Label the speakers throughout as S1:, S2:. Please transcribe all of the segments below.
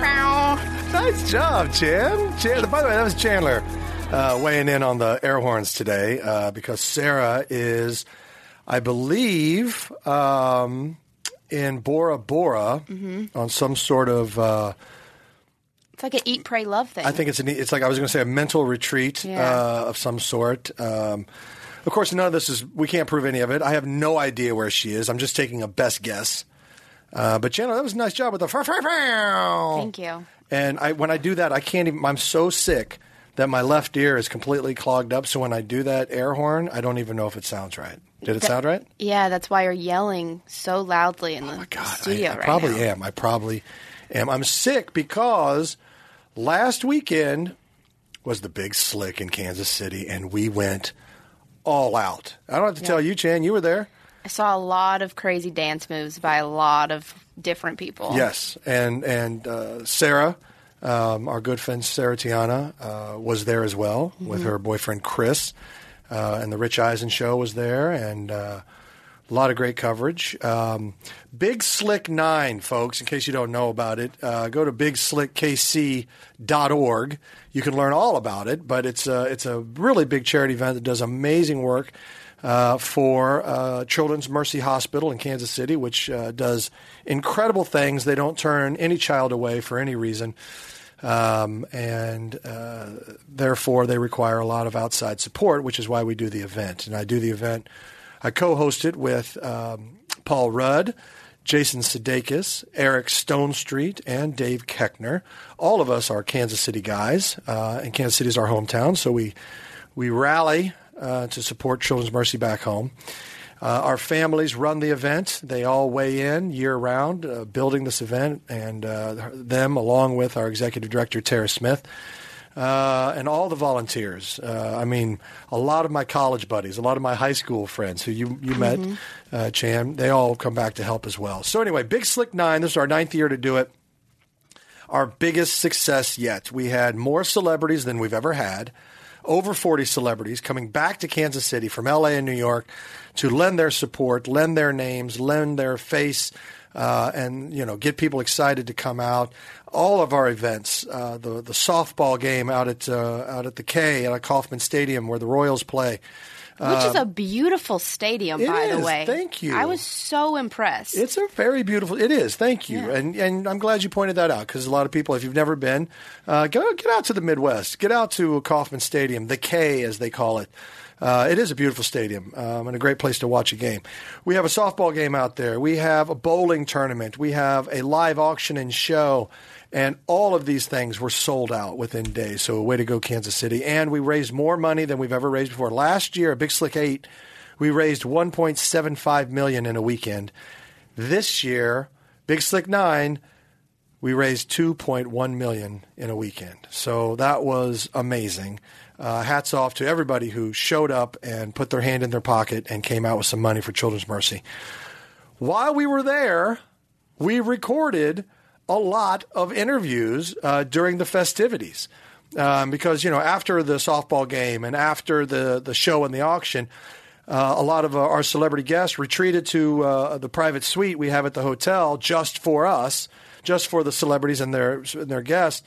S1: Nice job, Chan. Chan. By the way, that was Chandler uh, weighing in on the air horns today uh, because Sarah is, I believe, um, in Bora Bora on some sort of. Uh,
S2: Mm-hmm. It's like an eat, pray, love thing.
S1: I think it's an, it's like I was going to say a mental retreat
S2: Yeah.
S1: uh, of some sort. Um, of course, none of this is. We can't prove any of it. I have no idea where she is. I'm just taking a best guess. Uh, but Chandler, that was a nice job with the. Thank
S2: Thank you.
S1: And I, when I do that, I can't even. I'm so sick that my left ear is completely clogged up. So when I do that air horn, I don't even know if it sounds right. Did it sound right?
S2: Yeah, that's why you're yelling so loudly in the
S1: Oh God, I-
S2: studio
S1: I,
S2: right
S1: probably
S2: now.
S1: am. I probably am. I'm sick because last weekend was the big slick in Kansas City, and we went all out. I don't have to tell you, Chan, you were there.
S2: I saw a lot of crazy dance moves by a lot of different people.
S1: Yes, and and uh, Sarah, um, our good friend Sarah Tiana, uh, was there as well with her boyfriend Chris, uh, and the Rich Eisen show was there, and uh, a lot of great coverage. Um, Big Slick Nine, folks, in case you don't know about it, uh, go to bigslickkc.org. You can learn all about it, but it's a, it's a really big charity event that does amazing work uh, for uh, Children's Mercy Hospital in Kansas City, which uh, does incredible things. They don't turn any child away for any reason, um, and uh, therefore they require a lot of outside support, which is why we do the event. And I do the event. I co-host it with um, Paul Rudd. Jason Sudeikis, Eric Stone Street, and Dave Keckner. All of us are Kansas City guys, uh, and Kansas City is our hometown, so we we rally uh, to support Children's Mercy back home. Uh, our families run the event. They all weigh in year round, uh, building this event, and uh, them, along with our executive director, Tara Smith, uh, and all the volunteers. Uh, I mean, a lot of my college buddies, a lot of my high school friends who you, you met, uh, Chan, they all come back to help as well. So, anyway, Big Slick Nine, this is our ninth year to do it our biggest success yet. We had more celebrities than we've ever had, over 40 celebrities coming back to Kansas City from LA and New York to lend their support, lend their names, lend their face. Uh, and you know, get people excited to come out. All of our events, uh, the the softball game out at uh, out at the K out at Kauffman Stadium where the Royals play,
S2: Which is a beautiful stadium,
S1: Um, it
S2: by the
S1: is.
S2: way.
S1: Thank you.
S2: I was so impressed.
S1: It's a very beautiful. It is. Thank you, and and I'm glad you pointed that out because a lot of people, if you've never been, uh, go get out to the Midwest. Get out to Kauffman Stadium, the K as they call it. Uh, it is a beautiful stadium um, and a great place to watch a game. We have a softball game out there. We have a bowling tournament. We have a live auction and show. And all of these things were sold out within days. So, way to go, Kansas City. And we raised more money than we've ever raised before. Last year, at Big Slick 8, we raised 1.75 million in a weekend. This year, Big Slick 9, we raised 2.1 million in a weekend. So that was amazing. Uh, hats off to everybody who showed up and put their hand in their pocket and came out with some money for Children's Mercy. While we were there, we recorded a lot of interviews uh, during the festivities. Um, because, you know, after the softball game and after the, the show and the auction, uh, a lot of uh, our celebrity guests retreated to uh, the private suite we have at the hotel just for us, just for the celebrities and their, and their guests,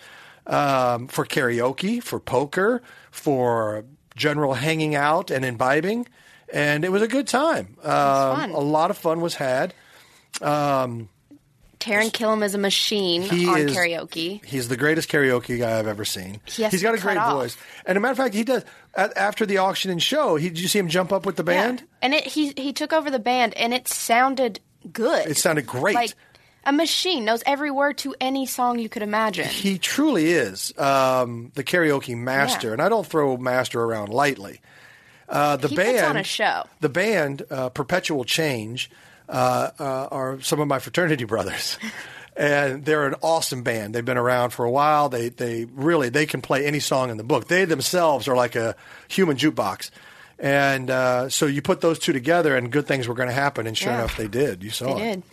S1: um, for karaoke, for poker, for general hanging out and imbibing. And it was a good time. Um,
S2: fun.
S1: A lot of fun was had. Um,
S2: Taryn Killam is a machine
S1: He
S2: on
S1: is-
S2: karaoke.
S1: He's the greatest karaoke guy I've ever seen.
S2: He has
S1: has
S2: to
S1: got a
S2: cut
S1: great
S2: off.
S1: voice. And a matter of fact, he does. At, after the auction and show, he, did you see him jump up with the band?
S2: Yeah. And it, he he took over the band, and it sounded good.
S1: It sounded great.
S2: Like a machine, knows every word to any song you could imagine.
S1: He truly is um, the karaoke master,
S2: Yeah.
S1: and I don't throw master around lightly. Uh, the
S2: He
S1: band
S2: puts on a show.
S1: The band uh, Perpetual Change uh, uh, are some of my fraternity brothers, and they're an awesome band. They've been around for a while. They they really they can play any song in the book. They themselves are like a human jukebox. And uh, so you put those two together, and good things were going to happen. And sure
S2: Yeah.
S1: enough, they did. You saw
S2: He
S1: it. Um,
S2: did.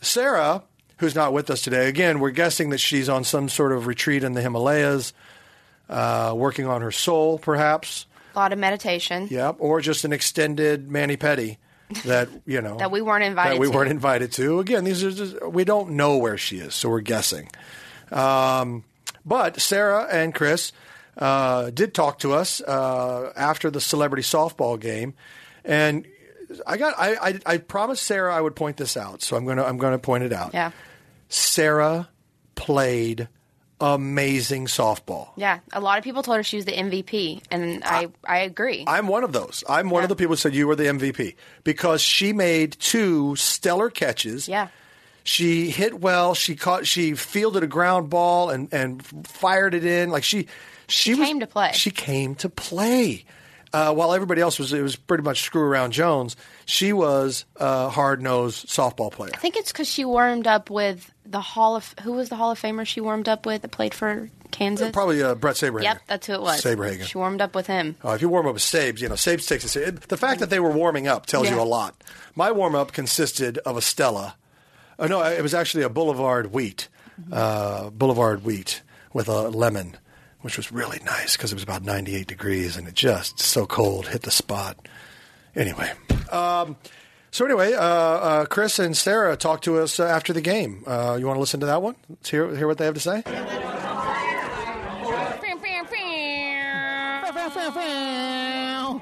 S1: Sarah, who's not with us today, again, we're guessing that she's on some sort of retreat in the Himalayas, uh, working on her soul, perhaps.
S2: A lot of meditation.
S1: Yep. Or just an extended mani pedi that, you know,
S2: That we weren't invited
S1: that we
S2: to.
S1: weren't invited to. Again, these are just, we don't know where she is, so we're guessing. Um, but Sarah and Chris uh, did talk to us uh, after the celebrity softball game, and I got I, I I promised Sarah I would point this out, so I'm gonna I'm gonna point it out.
S2: Yeah.
S1: Sarah played amazing softball.
S2: Yeah. A lot of people told her she was the MVP, and I, I agree.
S1: I'm one of those. I'm one of the people who said you were the MVP because she made two stellar catches.
S2: yeah.
S1: She hit well. She caught. She fielded a ground ball and and fired it in. Like she, she, was-
S2: came to play.
S1: She came to play. Uh, while everybody else was, it was pretty much screw around Jones. She was a hard nosed softball player.
S2: I think it's because she warmed up with the Hall of who was the Hall of Famer she warmed up with that played for Kansas.
S1: Probably uh, Brett Saberhagen.
S2: Yep, that's who it was.
S1: Saberhagen.
S2: She warmed up with him.
S1: Uh, if you warm up with Sabes, you know, Sabes takes a Sabes. The fact that they were warming up tells you
S2: Yeah.
S1: a lot. My warm up consisted of a Stella. Oh, no, it was actually a Boulevard wheat, uh, Boulevard wheat with a lemon, which was really nice because it was about 98 degrees and it just so cold hit the spot. Anyway. Um, so, anyway, uh, uh, Chris and Sarah talked to us uh, after the game. Uh, you want to listen to that one? Let's hear, hear what they have to say.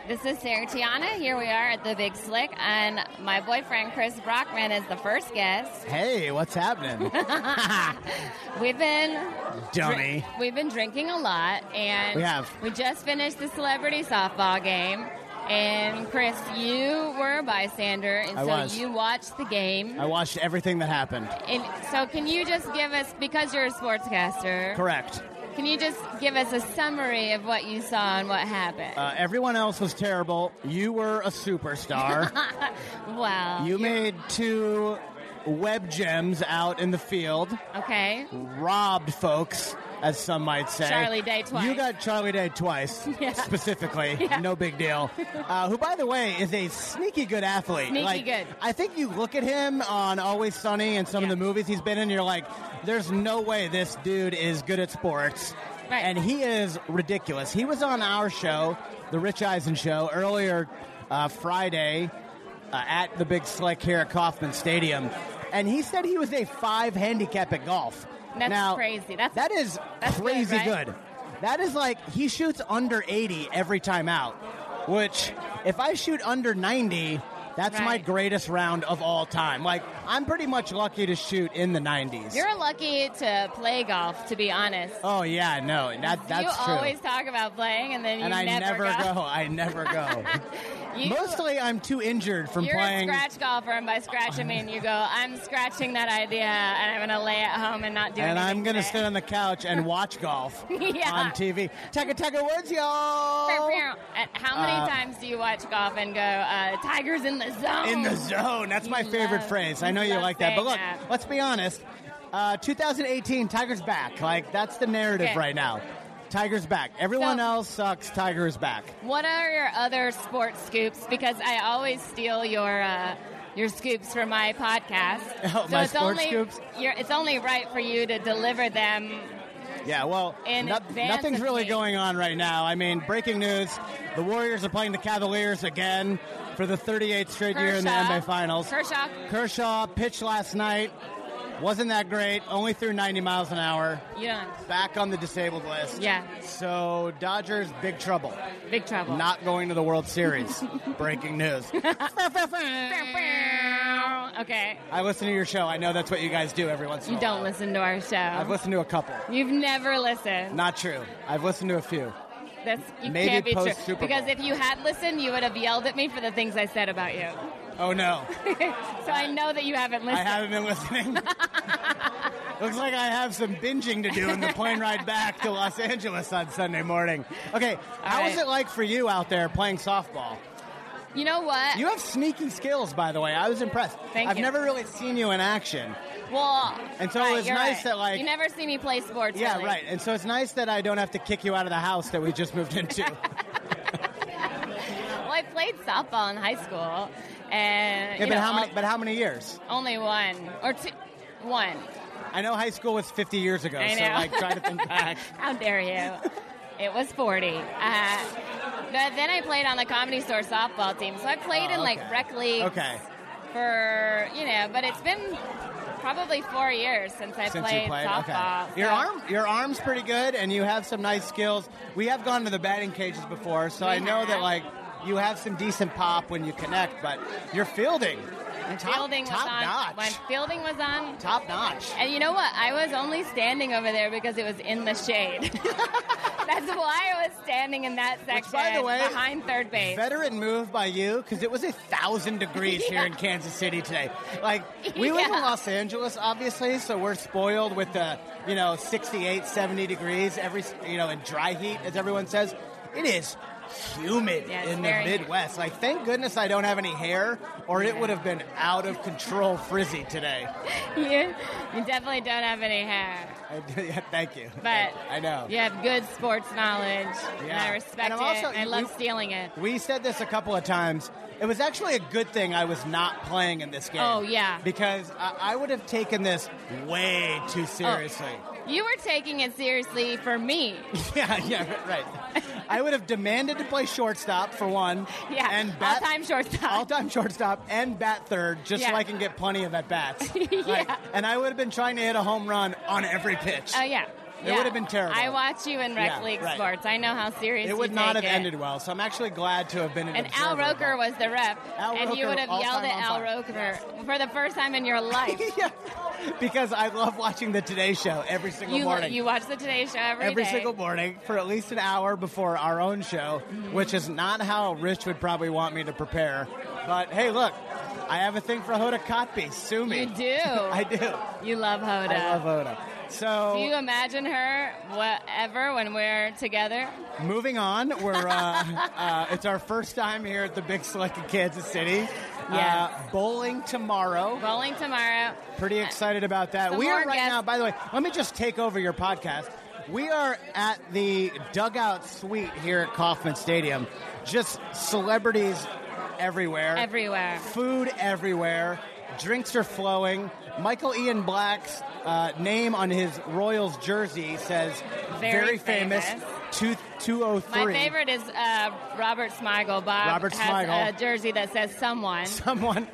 S3: This is Sarah Tiana. Here we are at the Big Slick, and my boyfriend Chris Brockman is the first guest.
S4: Hey, what's happening,
S3: We've been
S4: dummy?
S3: we've been drinking a lot, and
S4: We have.
S3: we just finished the celebrity softball game. And Chris, you were a bystander, and
S4: I
S3: so
S4: was.
S3: you watched the game.
S4: I watched everything that happened.
S3: and so, can you just give us, because you're a sportscaster,
S4: Correct.
S3: can you just give us a summary of what you saw and what happened?
S4: Uh, everyone else was terrible. You were a superstar.
S3: well,
S4: you made two web gems out in the field,
S3: okay.
S4: robbed folks, as some might say.
S3: Charlie Day twice.
S4: You got Charlie Day twice, specifically. No big deal. Uh, who, by the way, is a sneaky good athlete.
S3: Sneaky
S4: like,
S3: good.
S4: I think you look at him on Always Sunny and some
S3: Yeah.
S4: of the movies he's been in, you're like, there's no way this dude is good at sports.
S3: Right.
S4: And he is ridiculous. He was on our show, The Rich Eisen Show, earlier uh, Friday uh, at the Big Slick here at Kauffman Stadium. And he said he was a five handicap at golf.
S3: That's
S4: Now,
S3: crazy. That's-
S4: that is
S3: that's good,
S4: crazy
S3: right?
S4: good. That is like he shoots under 80 every time out, which if I shoot under 90, that's my
S3: Right.
S4: greatest round of all time. Like I'm pretty much lucky to shoot in the 90s.
S3: You're lucky to play golf, to be honest.
S4: oh yeah, no, that that's
S3: you
S4: true.
S3: always talk about playing, and then you
S4: and I never,
S3: never,
S4: go. I never go.
S3: You,
S4: Mostly I'm too injured from
S3: you're
S4: playing
S3: a scratch golfer, and by scratch I mean you go. I'm scratching that idea, and I'm going to lay at home and not do
S4: and
S3: anything.
S4: I'm gonna sit
S3: today.
S4: on the couch and watch golf
S3: Yeah.
S4: on TV. Taka taka words, y'all.
S3: And How many
S4: Uh,
S3: times do you watch golf and go, uh, "Tigers in the zone"?
S4: In the zone. That's my
S3: You
S4: favorite
S3: love-
S4: phrase. I
S3: you
S4: know you
S3: love
S4: like that. But
S3: saying
S4: look,
S3: that.
S4: let's be honest. Uh, 2018, Tiger's back. Like that's the narrative
S3: Okay.
S4: right now. Tiger's back. Everyone
S3: So-
S4: else sucks. Tiger's back.
S3: What are your other sports scoops? Because I always steal your uh, your scoops for my podcast.
S4: Oh, my
S3: it's
S4: sports
S3: only,
S4: scoops?
S3: You're, it's only right for you to deliver them.
S4: Yeah, well,
S3: In
S4: no-
S3: advance
S4: nothing's
S3: of
S4: really
S3: me.
S4: going on right now. I mean, breaking news: the Warriors are playing the Cavaliers again for the 38th straight year in the
S3: Kershaw.
S4: NBA Finals.
S3: Kershaw.
S4: Kershaw pitched last night. Wasn't that great? Only threw 90 miles an hour.
S3: You don't.
S4: Back on the disabled list.
S3: Yeah.
S4: So Dodgers, big trouble.
S3: Big trouble.
S4: Not going to the World Series. Breaking news.
S3: okay.
S4: I listen to your show. I know that's what you guys do every once in
S3: You
S4: a while.
S3: don't listen to our show.
S4: I've listened to a couple.
S3: You've never listened.
S4: Not true. I've listened to a few.
S3: That's you
S4: Maybe
S3: can't be
S4: post-Super
S3: true.
S4: Bowl.
S3: Because if you had listened, you would have yelled at me for the things I said about you.
S4: Oh no,
S3: So I know that you haven't
S4: I
S3: listened.
S4: haven't been listening. Looks like I have some binging to do in the plane ride back to Los Angeles on Sunday morning. Okay, how was
S3: right.
S4: it like for you out there playing softball?
S3: You know what?
S4: You have sneaky skills, by the way. I was impressed.
S3: Uh, Thank
S4: I've
S3: you.
S4: never really seen you in action.
S3: well,
S4: And so it
S3: right,
S4: was
S3: you're
S4: nice
S3: right.
S4: that, like-
S3: you never see me play sports.
S4: Yeah,
S3: really.
S4: right. And so it's nice that I don't have to kick you out of the house that we just moved into.
S3: Well, I played softball in high school, and
S4: yeah,
S3: you
S4: but
S3: know,
S4: how many?
S3: on-
S4: But how many years?
S3: only one or two, one.
S4: I know high school was 50 years ago,
S3: I
S4: so
S3: know.
S4: like try to think back.
S3: How dare you? It was 40. Uh, but then I played on the Comedy Store softball team. So I played
S4: Oh,
S3: in like
S4: okay.
S3: rec leagues
S4: Okay.
S3: for, you know, but it's been probably four years since I
S4: Since
S3: played,
S4: you played,
S3: softball.
S4: okay. Your
S3: So-
S4: arm, your arm's pretty good, and you have some nice skills. We have gone to the batting cages before, so
S3: We
S4: I know that
S3: have.
S4: like you have some decent pop when you connect, but your fielding, top,
S3: Fielding was
S4: top
S3: on.
S4: notch,
S3: When fielding was on.
S4: top notch.
S3: And you know what? I was only standing over there because it was in the shade. That's why I was standing in that section
S4: by the way,
S3: behind third base.
S4: Veteran move by you because it was a thousand degrees here in Kansas City today. Like we live in
S3: Yeah.
S4: Los Angeles, obviously, so we're spoiled with the you know 68, 70 degrees every you know in dry heat, as everyone says. It is humid
S3: Yeah, it's
S4: in the
S3: very humid.
S4: Midwest. Like thank goodness I don't have any hair, or it would have been out of control frizzy today.
S3: you, you definitely don't have any hair.
S4: I- yeah, thank you.
S3: But
S4: I know.
S3: you have good sports knowledge, and
S4: Yeah.
S3: I respect
S4: And I'm also-
S3: it. and I
S4: you-
S3: love
S4: you-
S3: stealing it.
S4: We said this a couple of times. It was actually a good thing I was not playing in this game.
S3: Oh, yeah.
S4: Because I, I would have taken this way
S3: Oh.
S4: too seriously.
S3: You were taking it seriously for me.
S4: Yeah, yeah, right. I would have demanded to play shortstop for one.
S3: Yeah,
S4: and bat,
S3: all-time shortstop.
S4: all-time shortstop and bat third, just
S3: Yeah.
S4: so I can get plenty of at bats.
S3: Yeah.
S4: and I would have been trying to hit a home run on every pitch.
S3: Oh yeah,
S4: It
S3: Yeah.
S4: would have been terrible.
S3: I watch you in rec
S4: Yeah,
S3: league
S4: right.
S3: sports. I know how serious
S4: it would
S3: you
S4: not have
S3: take it.
S4: ended well. So I'm actually glad to have been an
S3: And Al
S4: observer of
S3: Roker
S4: that.
S3: was the rep,
S4: Al
S3: and you
S4: Roker,
S3: would have
S4: all
S3: yelled
S4: time
S3: at
S4: on
S3: Al
S4: fire.
S3: Roker for the first time in your life.
S4: yeah, because I love watching the Today Show every single
S3: you
S4: morning.
S3: you watch the Today Show every,
S4: every
S3: day.
S4: single morning for at least an hour before our own show, which is not how Rich would probably want me to prepare. But hey, look, I have a thing for Hoda Kotb. Sue me.
S3: You do.
S4: I do.
S3: You love Hoda.
S4: I love Hoda. So
S3: Do you um, imagine her whatever when we're together?
S4: Moving on, we're uh, uh, it's our first time here at the Big Slick in Kansas City.
S3: Yes.
S4: Uh, bowling tomorrow.
S3: Bowling tomorrow.
S4: Pretty excited about that.
S3: Uh, Some
S4: we are
S3: more
S4: right
S3: guests.
S4: now, by the way, let me just take over your podcast. We are at the dugout suite here at Kauffman Stadium. Just celebrities everywhere.
S3: Everywhere.
S4: Food everywhere. Drinks are flowing. Michael Ian Black's uh, name on his Royals jersey says
S3: Very
S4: famous,
S3: famous.
S4: Two, 203.
S3: My favorite is uh, Robert Smigel. Bob
S4: Robert
S3: has
S4: Smigel.
S3: a jersey that says someone.
S4: someone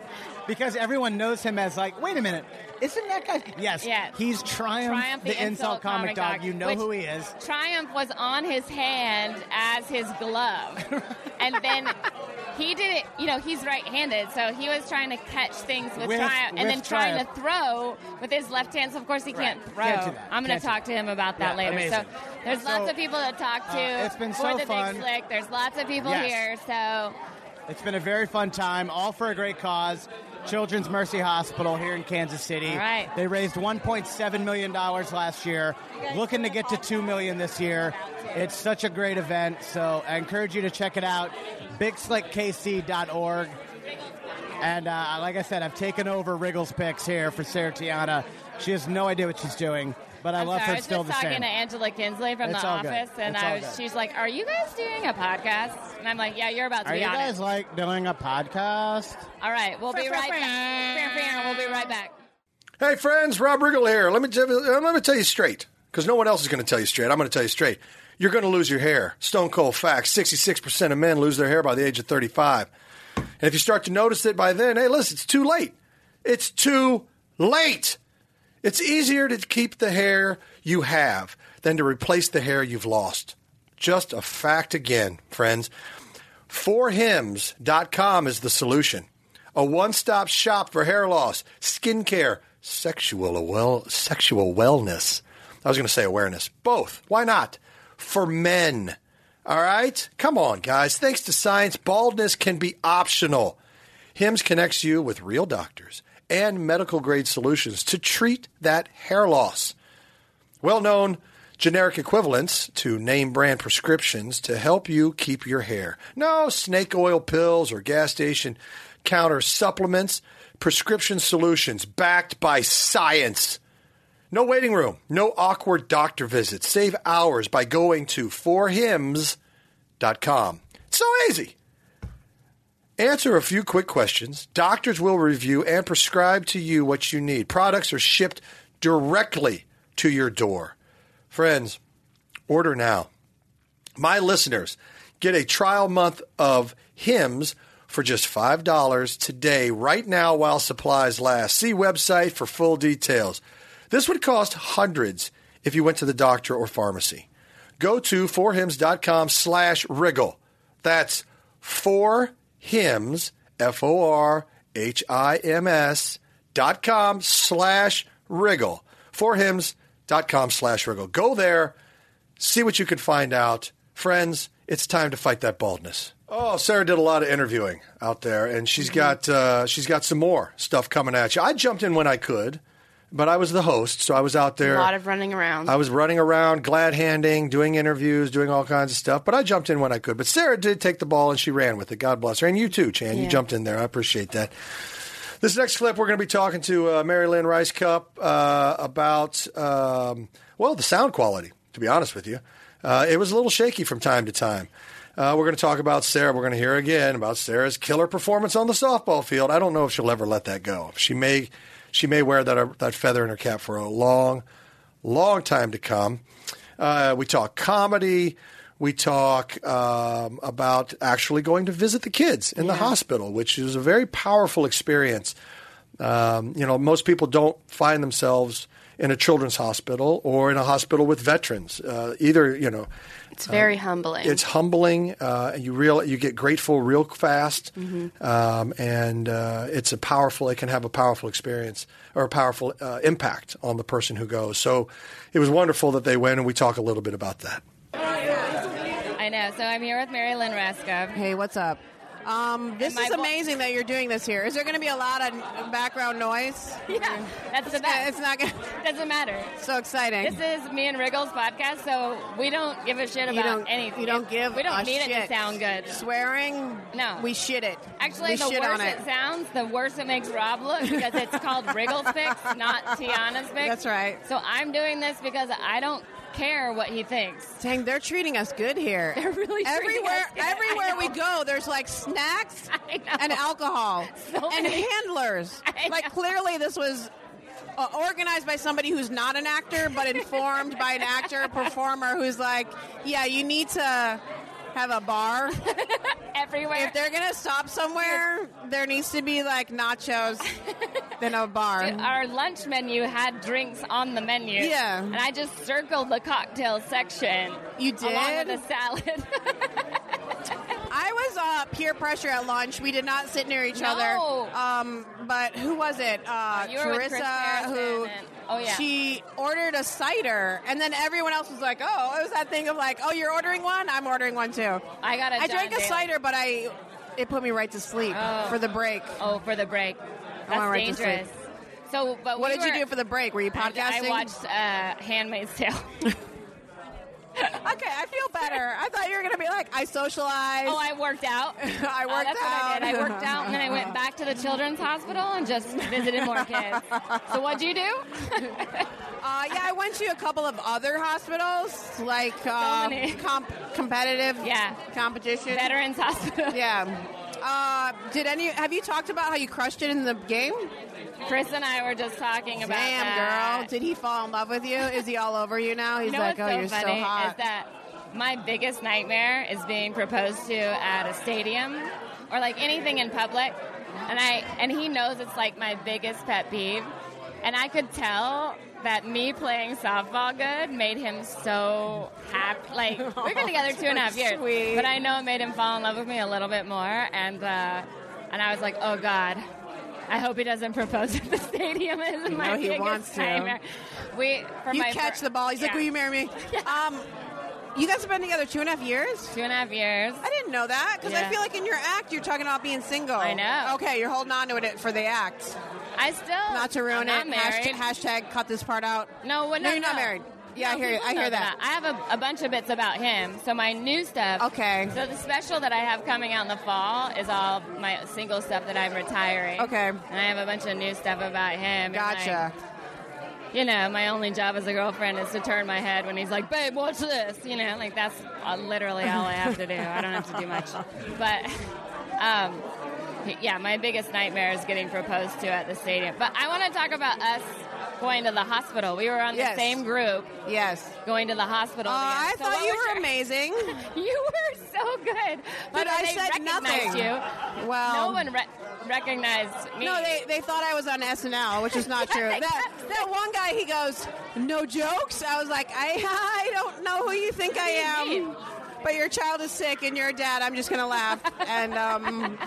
S4: because everyone knows him as like, wait a minute, isn't that guy? Yes,
S3: Yeah.
S4: he's Triumph,
S3: Triumph,
S4: the, insult, comic, dog. You know
S3: which
S4: who he is.
S3: Triumph was on his hand as his glove, and then he did it. You know, he's right-handed, so he was trying to catch things with,
S4: With-
S3: Triumph,
S4: with
S3: and then trying
S4: Triumph.
S3: to throw with his left hand. So of course he
S4: Right.
S3: can't throw.
S4: Can't do that.
S3: I'm going
S4: Can't
S3: to
S4: do
S3: talk to him about that
S4: Yeah,
S3: later.
S4: amazing.
S3: So there's lots
S4: So,
S3: of people to talk to.
S4: uh, it's been
S3: for
S4: so
S3: the
S4: fun.
S3: Big Slick. There's lots of people
S4: Yes.
S3: here, so
S4: It's been a very fun time, all for a great cause. Children's Mercy Hospital here in Kansas City.
S3: All right.
S4: They raised 1.7 million dollars last year, looking to get to 2 million this year. It's such a great event, so I encourage you to check it out. BigSlickKC.org. And uh, like I said, I've taken over Wriggles picks here for Sarah Tiana. She has no idea what she's doing, but I
S3: I'm
S4: love
S3: sorry, I
S4: her
S3: was
S4: still
S3: just
S4: the
S3: talking
S4: same.
S3: to Angela Kinsley from
S4: It's
S3: the
S4: all good.
S3: office, and
S4: It's all
S3: I was.
S4: good.
S3: She's like, "Are you guys doing a podcast?" And I'm like, "Yeah, you're about to
S4: Are
S3: be
S4: you
S3: on
S4: guys
S3: it."
S4: like doing a podcast?
S3: All right, we'll be
S4: Fr- fr-
S3: right
S4: fr-
S3: back. Fr- fr- We'll be right back.
S1: Hey, friends, Rob Riggle here. Let me, tell you- uh, let me tell you straight, because no one else is going to tell you straight. I'm going to tell you straight. You're going to lose your hair. Stone cold facts 66% of men lose their hair by the age of 35. And if you start to notice it by then, hey, listen, it's too late. It's too late. It's easier to keep the hair you have than to replace the hair you've lost. Just a fact again, friends. 4hims.com is the solution. A one-stop shop for hair loss, skincare, sexual well, sexual wellness. I was going to say awareness. Both. Why not? For men. All right? Come on, guys. Thanks to science, baldness can be optional. HIMS connects you with real doctors and medical grade solutions to treat that hair loss. Well known generic equivalents to name brand prescriptions to help you keep your hair. No snake oil pills or gas station counter supplements, prescription solutions backed by science. No waiting room, no awkward doctor visits. Save hours by going to forhims.com. It's so easy. Answer a few quick questions. Doctors will review and prescribe to you what you need. Products are shipped directly to your door. Friends, order now. My listeners get a trial month of hymns for just $5 today, right now, while supplies last. See website for full details. This would cost hundreds if you went to the doctor or pharmacy. Go to forhims.com slash wriggle. That's for hymns, F O R H I M S dot com slash wriggle. Forhims.com slash wriggle. Go there, see what you can find out. Friends, it's time to fight that baldness. Oh, Sarah did a lot of interviewing out there, and she's
S2: Mm-hmm.
S1: got uh, she's got some more stuff coming at you. I jumped in when I could, but I was the host, so I was out there.
S2: A lot of running around.
S1: I was running around, glad handing, doing interviews, doing all kinds of stuff, but I jumped in when I could. But Sarah did take the ball and she ran with it. God bless her. And you too, Chan. You
S2: Yeah.
S1: jumped in there. I appreciate that. This next clip, we're going to be talking to uh, Mary Lynn Rice Cup uh, about, um, well, the sound quality, to be honest with you. Uh, it was a little shaky from time to time. Uh, we're going to talk about Sarah. We're going to hear again about Sarah's killer performance on the softball field. I don't know if she'll ever let that go. She may, she may wear that, uh, that feather in her cap for a long, long time to come. Uh, we talk comedy. We talk um, about actually going to visit the kids in the hospital, which is a very powerful experience. Um, you know, most people don't find themselves in a children's hospital or in a hospital with veterans. Uh, either, you know, uh,
S2: it's very humbling.
S1: it's humbling. Uh, and you real you get grateful real fast,
S2: Mm-hmm.
S1: um, and uh, it's a powerful. It can have a powerful experience or a powerful uh, impact on the person who goes. So it was wonderful that they went, and we talk a little bit about that.
S3: I know. So I'm here with Mary Lynn Raskov.
S5: Hey, what's up? Um, this
S3: my
S5: is
S3: vo-
S5: amazing that you're doing this here. Is there going to be a lot of n- background noise?
S3: Yeah, that's the
S5: Yeah,
S3: best.
S5: It's not going
S3: Doesn't matter.
S5: to so exciting.
S3: This is me and Wriggles podcast, so we don't give a shit about
S5: you don't
S3: anything.
S5: you don't give
S3: We don't
S5: a
S3: need it to
S5: shit.
S3: sound good.
S5: Swearing?
S3: No.
S5: We shit it.
S3: Actually,
S5: we
S3: the
S5: shit
S3: worse
S5: on it.
S3: it. sounds, the worse it makes Rob look because it's called Wriggles Fix, not Tiana's Fix.
S5: That's right.
S3: So I'm doing this because I don't care what he thinks.
S5: Dang, they're treating us good here.
S3: They're really treating us
S5: everywhere.
S3: good. I
S5: Everywhere we
S3: know.
S5: go, there's like snacks
S3: I know.
S5: and alcohol
S3: So
S5: and
S3: many-
S5: handlers.
S3: I
S5: Like
S3: know.
S5: clearly, this was uh, organized by somebody who's not an actor, but informed by an actor performer who's like, yeah, you need to have a bar.
S3: Everywhere.
S5: If they're gonna stop somewhere, there needs to be like nachos, then a bar.
S3: our lunch menu had drinks on the menu.
S5: Yeah.
S3: And I just circled the cocktail section.
S5: You
S3: Along with
S5: did?
S3: the salad.
S5: I was uh, peer pressure at lunch. We did not sit near each
S3: No.
S5: other. Um, but who was it? Uh,
S3: you were with Chris
S5: Teresa, who?
S3: Harrison and- oh, yeah.
S5: She ordered a cider, and then everyone else was like, "Oh, it was that thing of like, oh, you're ordering one. I'm ordering one too."
S3: I got a
S5: I
S3: John
S5: drank a
S3: Daly.
S5: cider, but I it put me right to sleep
S3: Oh.
S5: for the break.
S3: Oh, for the break.
S5: all
S3: That's
S5: right, this
S3: dangerous. So, but
S5: What
S3: we
S5: did you
S3: were-
S5: do for the break? Were you
S3: I-
S5: podcasting?
S3: I watched uh, Handmaid's Tale.
S5: Okay, I feel better. I thought you were gonna be like, I socialized.
S3: oh, I worked out.
S5: I
S3: Oh,
S5: worked
S3: that's
S5: out.
S3: What I, did. I worked out, and then I went back to the children's hospital and just visited more kids. So what'd you do?
S5: Uh, yeah, I went to a couple of other hospitals, like uh,
S3: many.
S5: comp- competitive
S3: Yeah.
S5: competition.
S3: Veterans Hospital.
S5: Yeah. Uh, did any? Have you talked about how you crushed it in the game?
S3: Chris and I were just talking about
S5: Damn,
S3: that.
S5: girl! Did he fall in love with you? Is he all over you now? He's
S3: you know
S5: like,
S3: what's
S5: oh,
S3: so
S5: you're
S3: funny
S5: so hot.
S3: is that my biggest nightmare is being proposed to at a stadium or like anything in public, and I and he knows it's like my biggest pet peeve, and I could tell that me playing softball good made him so happy. Like we've been together two and a half years,
S5: sweet.
S3: but I know it made him fall in love with me a little bit more, and uh, and I was like, oh god. I hope he doesn't propose at the stadium. Is my
S5: No, he
S3: biggest
S5: wants to.
S3: nightmare. We for
S5: you
S3: my
S5: catch
S3: fir-
S5: the ball. He's like,
S3: Yeah.
S5: will you marry me? Um, You guys have been together two and a half years?
S3: Two and a half years.
S5: I didn't know that because I
S3: Yeah.
S5: feel like in your act you're talking about being single.
S3: I know.
S5: Okay, you're holding on to it for the act,
S3: I still
S5: not to ruin it.
S3: I'm Not married.
S5: Hashtag, hashtag cut this part out.
S3: no, well,
S5: No,
S3: no,
S5: you're not married. Yeah, I
S3: No,
S5: hear you.
S3: people
S5: I hear
S3: know
S5: that.
S3: I have a, a bunch of bits about him. So my new stuff.
S5: Okay.
S3: So the special that I have coming out in the fall is all my single stuff that I'm retiring.
S5: Okay.
S3: And I have a bunch of new stuff about him. and,
S5: Gotcha.
S3: like, you know, my only job as a girlfriend is to turn my head when he's like, "Babe, watch this." You know, like that's uh, literally all I have to do. I don't have to do much. But. Um, yeah, my biggest nightmare is getting proposed to at the stadium. But I want to talk about us going to the hospital. We were on
S5: Yes.
S3: the same group
S5: Yes.
S3: going to the hospital.
S5: Uh, I
S3: together. So
S5: thought
S3: what
S5: you
S3: was
S5: were
S3: your-
S5: amazing.
S3: You were so good,
S5: But I
S3: they
S5: said
S3: recognized
S5: nothing.
S3: You.
S5: Well-
S3: no one re- recognized me.
S5: No, they, they thought I was on SNL, which is not true.
S3: They
S5: That
S3: kept-
S5: that one guy, he goes, "No jokes." I was like, "I I don't know who you think I
S3: What do you
S5: am,
S3: mean?
S5: but your child is sick and you're a dad. I'm just gonna laugh and um,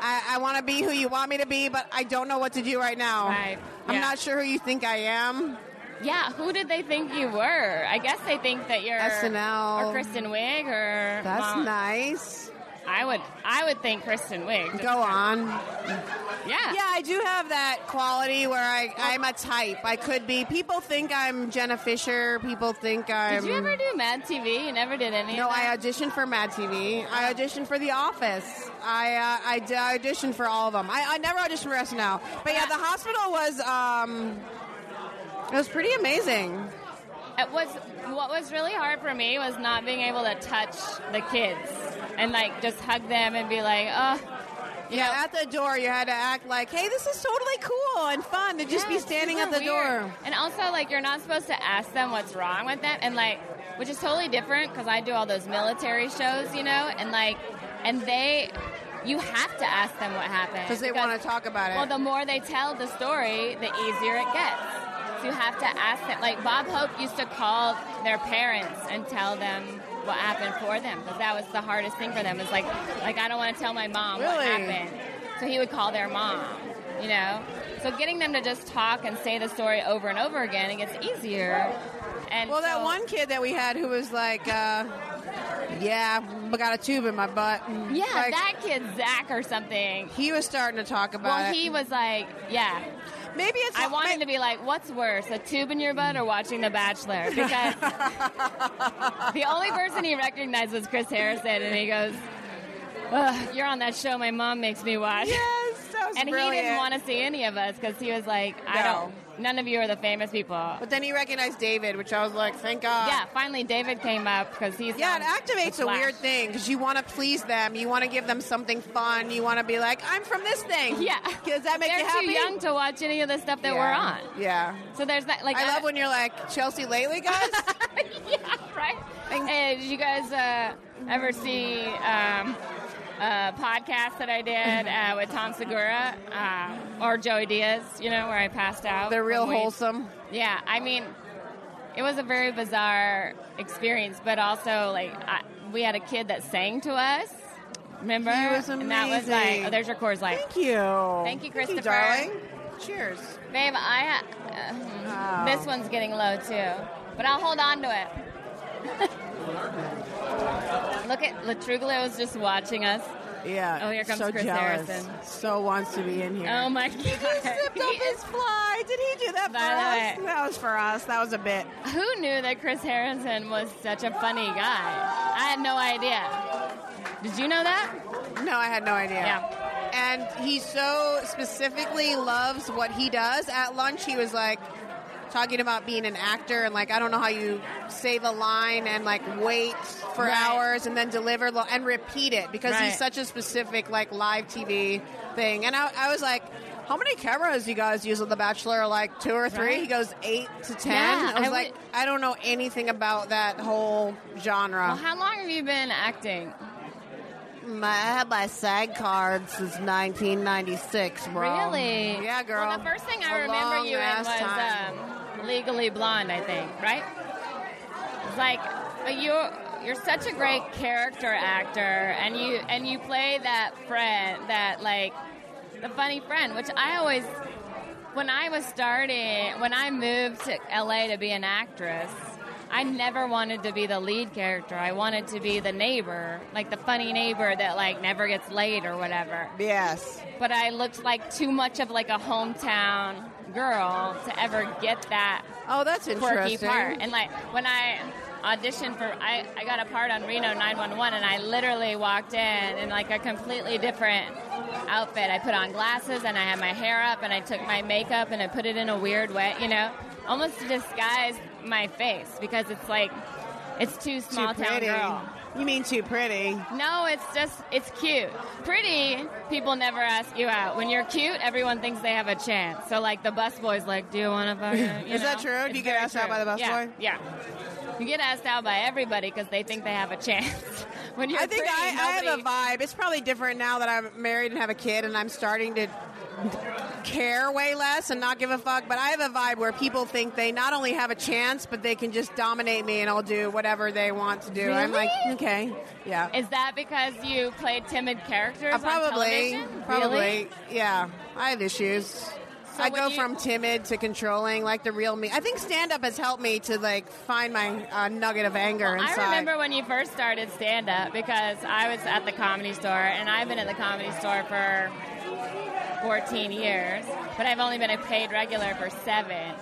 S5: I, I want to be who you want me to be, but I don't know what to do right now.
S3: Right,
S5: I'm
S3: yeah.
S5: not sure who you think I am.
S3: Yeah, who did they think you were? I guess they think that you're
S5: SNL.
S3: or Kristen Wiig or
S5: That's
S3: well,
S5: nice.
S3: I would I would think Kristen Wiig.
S5: Go on.
S3: Yeah. Oh.
S5: Yeah, I do have that quality where I, I'm a type. I could be. People think I'm Jenna Fisher. People think I'm.
S3: Did you ever do Mad TV? You never did any.
S5: No,
S3: of
S5: I
S3: that? Oh.
S5: auditioned for Mad TV. I auditioned for The Office. I uh, I, d- I auditioned for all of them. I, I never auditioned for SNL. But yeah, the hospital was um, it was pretty amazing.
S3: It was what was really hard for me was not being able to touch the kids and like just hug them and be like, oh, you
S5: Yeah,
S3: know,
S5: at the door you had to act like, hey, this is totally cool and fun to just
S3: Yeah,
S5: be
S3: it's
S5: standing at
S3: super
S5: the
S3: weird.
S5: door.
S3: And also, like, you're not supposed to ask them what's wrong with them, and like, which is totally different because I do all those military shows, you know, and like, and they, you have to ask them what happened
S5: 'Cause they
S3: because-
S5: wanna talk about it.
S3: Well, the more they tell the story, the easier it gets. So you have to ask them. Like Bob Hope used to call their parents and tell them what happened for them because that was the hardest thing for them. Is like, like I don't want to tell my mom what
S5: Really?
S3: happened. So he would call their mom, you know? So getting them to just talk and say the story over and over again, it gets easier. And
S5: Well, that
S3: so-
S5: one kid that we had who was like, uh, yeah, I got a tube in my butt. Mm.
S3: Yeah,
S5: Like,
S3: that kid, Zach or something.
S5: He was starting to talk about
S3: Well,
S5: it.
S3: he was like, yeah.
S5: Maybe it's
S3: I want
S5: may-
S3: him to be like, what's worse, a tube in your butt or watching The Bachelor? Because the only person he recognized was Chris Harrison, and he goes, Ugh, you're on that show my mom makes me watch.
S5: Yes, that was
S3: And
S5: brilliant.
S3: he didn't want to see any of us because he was like,
S5: No.
S3: I don't. None of you are the famous people.
S5: But then he recognized David, which I was like, thank God.
S3: yeah, finally David came up because he's
S5: Yeah, it
S3: on
S5: activates
S3: The
S5: a
S3: Flash.
S5: weird thing because you want to please them. You want to give them something fun. You want to be like, I'm from this thing.
S3: Yeah,
S5: Does that make
S3: They're
S5: you happy?
S3: too young to watch any of the stuff
S5: yeah.
S3: that we're on.
S5: Yeah.
S3: So there's that. Like
S5: I love when you're like, Chelsea lately, guys?
S3: yeah, right.
S5: Thanks.
S3: And did you guys uh, ever see um, a podcast that I did uh, with Tom Segura um, or Joey Diaz? You know, where I passed out.
S5: They're real
S3: from weed?
S5: wholesome.
S3: Yeah, I mean, it was a very bizarre experience, but also like I, we had a kid that sang to us. Remember?
S5: He was
S3: And that was like,
S5: amazing.
S3: oh, there's your Coors Light,
S5: Thank Oh, you.
S3: Thank you, Christopher.
S5: darling. Cheers. Oh.
S3: babe. I ha- uh, this one's getting low too, but I'll hold on to it. Look at Latrugalo's just watching us.
S5: Yeah.
S3: Oh, here comes
S5: Uh, so
S3: Chris
S5: jealous.
S3: Harrison.
S5: So wants to be in here.
S3: Oh my god!
S5: He slipped up
S3: He is-
S5: his fly. Did he do that for
S3: By the
S5: us?
S3: way.
S5: That was for us. That was a bit.
S3: Who knew that Chris Harrison was such a funny guy? I had no idea. Did you know that?
S5: No, I had no idea.
S3: Yeah.
S5: And he so specifically loves what he does. At lunch, he was like talking about being an actor and like I don't know how you say the line and like wait for
S3: Right.
S5: hours and then deliver lo- and repeat it because he's
S3: Right.
S5: such a specific like live TV thing. And I, I was like. How many cameras do you guys use on The Bachelor? Like two or three?
S3: Right.
S5: He goes eight to ten.
S3: Yeah,
S5: I was
S3: I
S5: like,
S3: would-
S5: I don't know anything about that whole genre.
S3: Well, how long have you been acting?
S5: My, I had my SAG card since 1996, bro.
S3: Really?
S5: Yeah, girl.
S3: Well, the first thing I
S5: A
S3: remember
S5: long
S3: you in
S5: ass
S3: was
S5: time.
S3: um, Legally Blonde, I think, right? It's like but you're you're such a great character actor, and you and you play that friend that like the funny friend, which I always when I was starting when I moved to LA to be an actress. I never wanted to be the lead character. I wanted to be the neighbor, like the funny neighbor that like never gets laid or whatever.
S5: Yes.
S3: But I looked like too much of like a hometown girl to ever get that
S5: Oh, that's
S3: quirky
S5: interesting.
S3: part. And like when I auditioned for, I, I got a part on Reno 911, and I literally walked in in like a completely different outfit. I put on glasses, and I had my hair up, and I took my makeup, and I put it in a weird way, you know, almost to disguise my face because it's like it's
S5: too
S3: too small town
S5: pretty.
S3: girl.
S5: You mean too pretty?
S3: No, it's just it's cute. Pretty people never ask you out. When you're cute, everyone thinks they have a chance. So like the busboy's like, "Do you want to fuck?"
S5: Is that true? Do you get asked out by the busboy?
S3: Yeah, yeah. You get asked out by everybody because they think they have a chance. when you're
S5: I think
S3: pretty,
S5: I, I have
S3: nobody-
S5: a vibe. It's probably different now that I'm married and have a kid, and I'm starting to care way less and not give a fuck. But I have a vibe where people think they not only have a chance, but they can just dominate me, and I'll do whatever they want to do. I'm like,
S3: Really?
S5: okay, yeah,
S3: Is that because you played timid characters?
S5: Uh, probably,
S3: on television?
S5: probably,
S3: Really?
S5: yeah. I have issues. I
S3: when
S5: go
S3: you-
S5: from timid to controlling, like the real me. I think stand up has helped me to like find my uh, nugget of anger inside.
S3: I remember when you first started stand up because I was at the comedy store and I've been at the comedy store for 14 years, but I've only been a paid regular for seven.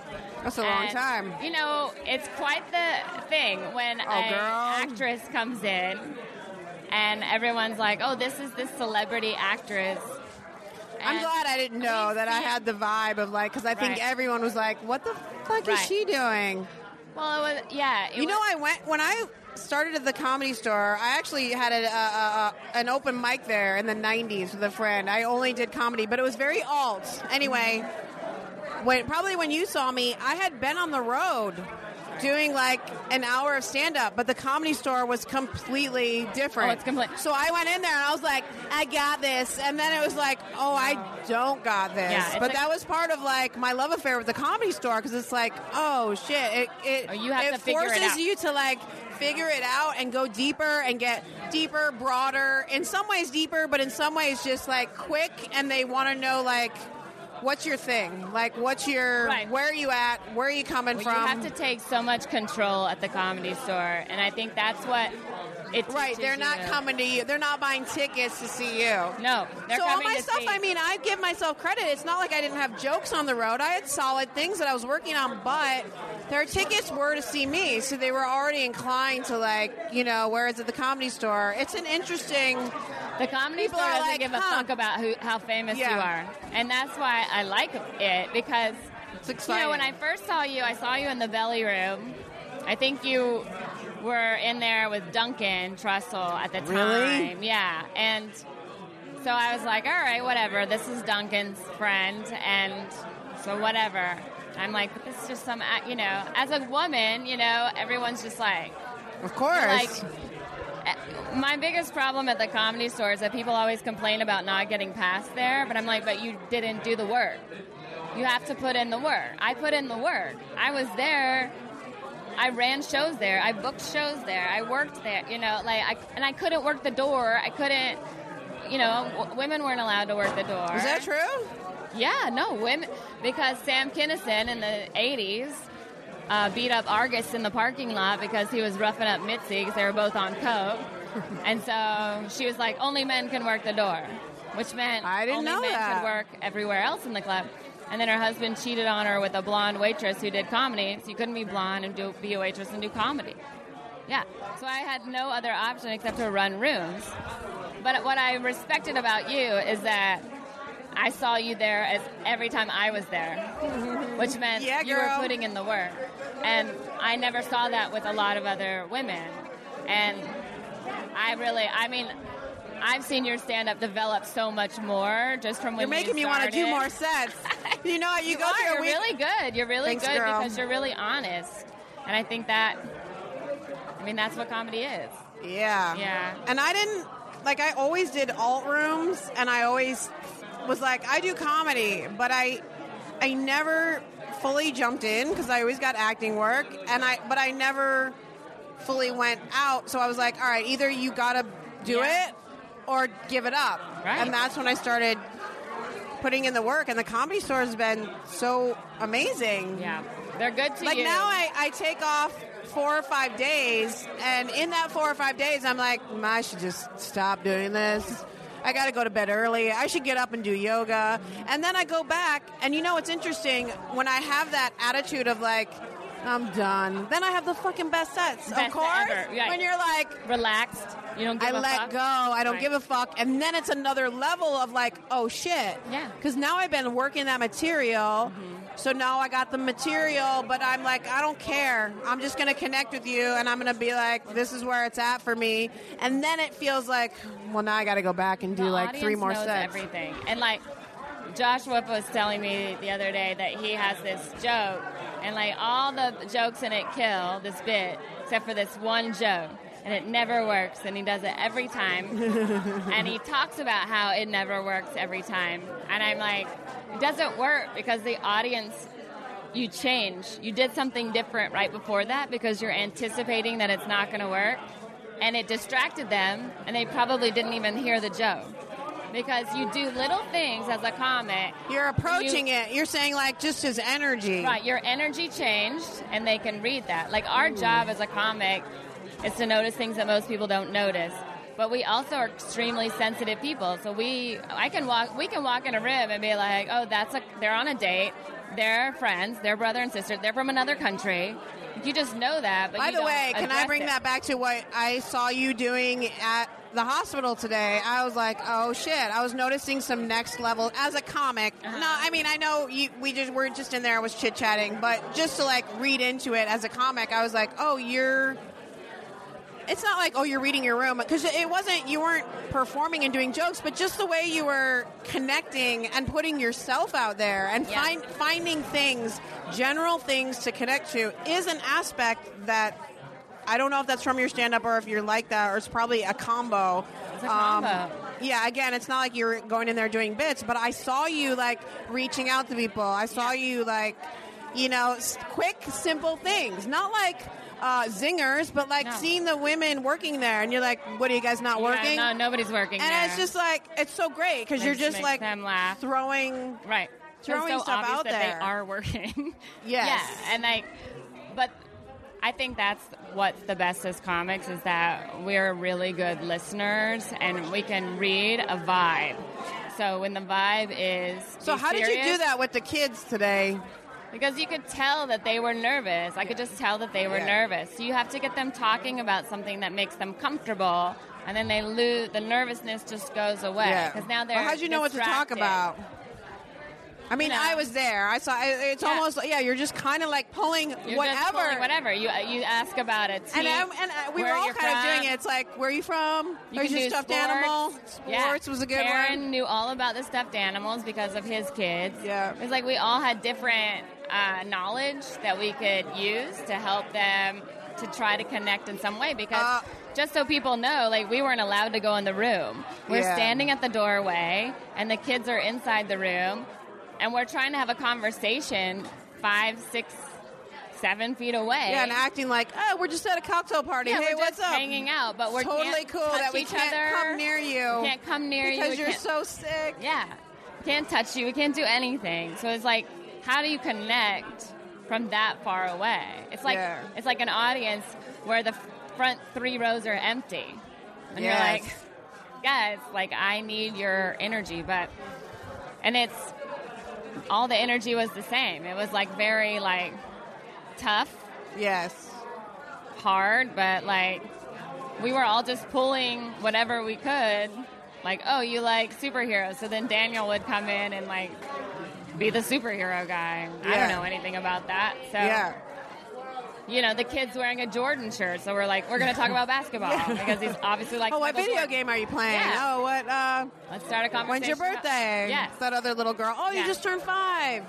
S5: that's a long
S3: And,
S5: time. Oh,
S3: You know, it's quite the thing when an
S5: girl.
S3: actress comes in and everyone's like, oh, this is this celebrity actress.
S5: I'm
S3: And-
S5: glad I didn't know that I had the vibe of like, because I think
S3: Right.
S5: everyone was like, "What the fuck
S3: Right.
S5: is she doing?"
S3: Well, it was, yeah. it
S5: you know,
S3: was-
S5: I went when I started at the comedy store. I actually had a, a, a, an open mic there in the '90s with a friend. I only did comedy, but it was very alt. Anyway, when probably when you saw me, I had been on the road doing like an hour of stand up, but the comedy store was completely different.
S3: Oh, it's complete-
S5: So I went in there and I was like, I got this. And then it was like, oh, I don't got this.
S3: Yeah, it's
S5: but
S3: like-
S5: that was part of like my love affair with the comedy store because it's like, oh shit, it it,
S3: Oh, you have
S5: it
S3: to figure it
S5: forces
S3: out.
S5: you to like figure it out and go deeper and get deeper, broader. In some ways deeper, but in some ways just like quick and they want to know like what's your thing? Like what's your
S3: Right.
S5: where are you at? Where are you coming
S3: Well,
S5: from?
S3: You have to take so much control at the comedy store, and I think that's what it.
S5: right,
S3: teaches
S5: they're not
S3: you.
S5: coming to you. They're not buying tickets to see you.
S3: No, they're
S5: so all
S3: coming
S5: my
S3: to
S5: stuff,
S3: see.
S5: I mean, I give myself credit. It's not like I didn't have jokes on the road. I had solid things that I was working on, but their tickets were to see me, so they were already inclined to like, you know, whereas at the comedy store, it's an interesting.
S3: the comedy
S5: people
S3: store
S5: are
S3: doesn't
S5: like,
S3: give a
S5: huh.
S3: fuck about who, how famous
S5: Yeah.
S3: you are, and that's why I like it because
S5: It's
S3: you
S5: exciting.
S3: know when I first saw you, I saw you in the belly room. I think you were in there with Duncan Trussell at the
S4: Really?
S3: time. Yeah, and so I was like, all right, whatever. This is Duncan's friend, and so whatever. I'm like, but this is just some, act- you know, as a woman, you know, everyone's just like,
S5: of course,
S3: like eh, my biggest problem at the comedy store is that people always complain about not getting past there but i'm like but you didn't do the work you have to put in the work i put in the work i was there i ran shows there i booked shows there i worked there you know like i and i couldn't work the door i couldn't you know w- women weren't allowed to work the door
S5: is that true?
S3: yeah, no, women. Because Sam Kinison in the 80s uh, beat up Argus in the parking lot because he was roughing up Mitzi because they were both on coke. and so she was like, only men can work the door, which meant
S5: I didn't
S3: only
S5: know
S3: men
S5: that.
S3: could work everywhere else in the club. And then her husband cheated on her with a blonde waitress who did comedy. So you couldn't be blonde and do, be a waitress and do comedy. Yeah. So I had no other option except to run rooms. But what I respected about you is that I saw you there as every time I was there, which meant
S5: Yeah,
S3: you were
S5: girl.
S3: putting in the work. And I never saw that with a lot of other women. And I really, I mean, I've seen your stand up develop so much more just from when
S5: You're making me want to do
S3: started.
S5: more sets. You know, you,
S3: You
S5: go
S3: are.
S5: through a
S3: You're
S5: week.
S3: really good. You're really
S5: Thanks,
S3: good
S5: girl.
S3: because you're really honest. And I think that, I mean, that's what comedy is.
S5: Yeah.
S3: Yeah.
S5: And I didn't like I always did alt rooms and I always was like I do comedy, but I I never fully jumped in cuz I always got acting work and I but I never fully went out, so I was like, all right, either you got to do
S3: Yeah.
S5: it or give it up.
S3: Right.
S5: And that's when I started putting in the work and the comedy store has been so amazing
S3: Yeah. They're good to
S5: like
S3: you.
S5: now I, I take off four or five days, and in that four or five days, I'm like, "Mm, I should just stop doing this. I got to go to bed early. I should get up and do yoga. And then I go back, and you know what's interesting? When I have that attitude of like, I'm done, then I have the fucking best sets.
S3: Best
S5: of
S3: set
S5: course,
S3: ever, right.
S5: when you're like,
S3: Relaxed. You don't give
S5: I
S3: a
S5: let
S3: fuck.
S5: go. I don't
S3: Right.
S5: give a fuck. And then it's another level of like, oh shit.
S3: Yeah. Mm-hmm.
S5: Because now I've been working that material. So now I got the material, but I'm like, I don't care. I'm just going to connect with you and I'm going to be like, this is where it's at for me. And then it feels like, well, now I got to go back and do
S3: The
S5: like three
S3: audience
S5: more
S3: knows
S5: sets.
S3: Everything and like Josh Whip was telling me the other day that he has this joke, and like all the jokes in it kill this bit except for this one joke, and it never works, and he does it every time, and he talks about how it never works every time, and I'm like, it doesn't work because the audience. You change. You did something different right before that because you're anticipating that it's not going to work, and it distracted them, and they probably didn't even hear the joke because you do little things as a comic.
S5: You're approaching
S3: You-
S5: it. You're saying like just his energy.
S3: Right, your energy changed, and they can read that. Like our job as a comic is to notice things that most people don't notice. But we also are extremely sensitive people, so we I can walk we can walk in a room and be like, oh, that's a they're on a date, they're friends, they're brother and sister, they're from another country. You just know that. But
S5: By
S3: you
S5: the
S3: don't
S5: way, can I
S3: address
S5: bring
S3: it.
S5: that back to what I saw you doing at the hospital today? I was like, oh shit! I was noticing some next level as a comic.
S3: Uh-huh.
S5: No, I mean I know you, we just we're just in there. I was chit chatting, but just to like read into it as a comic, I was like, oh, you're. It's not like oh you're reading your room because it wasn't you weren't performing and doing jokes, but just the way you were connecting and putting yourself out there and
S3: Yes.
S5: find finding things, general things to connect to is an aspect that I don't know if that's from your stand up or if you're like that, or it's probably a combo. Um,
S3: It's a combo.
S5: yeah, again, it's not like you're going in there doing bits, but I saw you like reaching out to people. I saw you like, you know, s- quick, simple things. Not like uh, zingers, but like
S3: No.
S5: seeing the women working there, and you're like, what are you guys not
S3: Yeah,
S5: working?
S3: no, nobody's working.
S5: and
S3: there.
S5: it's just like, it's so great because you're
S3: Makes-
S5: just
S3: makes
S5: like
S3: them laugh.
S5: throwing.
S3: Right.
S5: Throwing
S3: it's so
S5: stuff
S3: obvious
S5: out
S3: that
S5: there.
S3: They are working.
S5: Yes.
S3: Yeah. And like, but I think that's what's the best as comics is that we're really good listeners and we can read a vibe. So when the vibe is
S5: So,
S3: be
S5: how did you do
S3: serious-
S5: that with the kids today?
S3: because you could tell that they were nervous. I could just tell that they were
S5: Yeah.
S3: nervous. You have to get them talking about something that makes them comfortable, and then they lose the nervousness. Just goes away because now they're.
S5: Well, how'd you know what to
S3: distracted.
S5: talk about? I mean,
S3: You know.
S5: I was there. I saw. I- It's
S3: Yeah.
S5: almost yeah. You're just kind of like pulling
S3: You're
S5: whatever.
S3: just pulling whatever. You uh, you ask about it.
S5: And, I'm, and I, we were all kind of doing it. It's like, where are you from?
S3: You
S5: Where's
S3: can
S5: your
S3: do
S5: stuffed
S3: sports.
S5: animal?
S3: Yeah.
S5: Sports was a good
S3: Karen
S5: one.
S3: knew all about the stuffed animals because of his kids.
S5: Yeah.
S3: It's like we all had different uh, knowledge that we could use to help them to try to connect in some way because.
S5: Uh,
S3: just so people know, like we weren't allowed to go in the room. We're
S5: Yeah.
S3: standing at the doorway, and the kids are inside the room, and we're trying to have a conversation five, six, seven feet away.
S5: Yeah, and acting like, oh, we're just at a cocktail party.
S3: Yeah,
S5: hey,
S3: we're
S5: what's
S3: just
S5: up?
S3: hanging out, but we're
S5: totally
S3: can't
S5: cool
S3: touch
S5: Oh, that we
S3: each
S5: can't
S3: other.
S5: come near you.
S3: Can't come near you.
S5: because
S3: We
S5: you're
S3: can't-
S5: so sick.
S3: yeah. Can't touch you. We can't do anything. So it's like, how do you connect from that far away? It's like
S5: Yeah.
S3: it's like an audience where the f- front three rows are empty,
S5: Yes.
S3: and you're like, guys, like I need your energy, but and it's all the energy was the same. It was like very like tough,
S5: Yes.
S3: hard, but like we were all just pulling whatever we could. Like, oh, you like superheroes. So then Daniel would come in and like be the superhero guy. I
S5: Yeah.
S3: don't know anything about that. So,
S5: Yeah.
S3: you know, the kid's wearing a Jordan shirt. So we're like, we're going to talk about basketball because he's obviously like,
S5: Oh, what
S3: Michael
S5: video
S3: Jordan.
S5: game are you playing?
S3: Yeah.
S5: Oh, what? Uh,
S3: Let's start a conversation.
S5: when's your
S3: about-
S5: birthday?
S3: Yes.
S5: That other little girl. Oh, you
S3: Yeah.
S5: just turned five.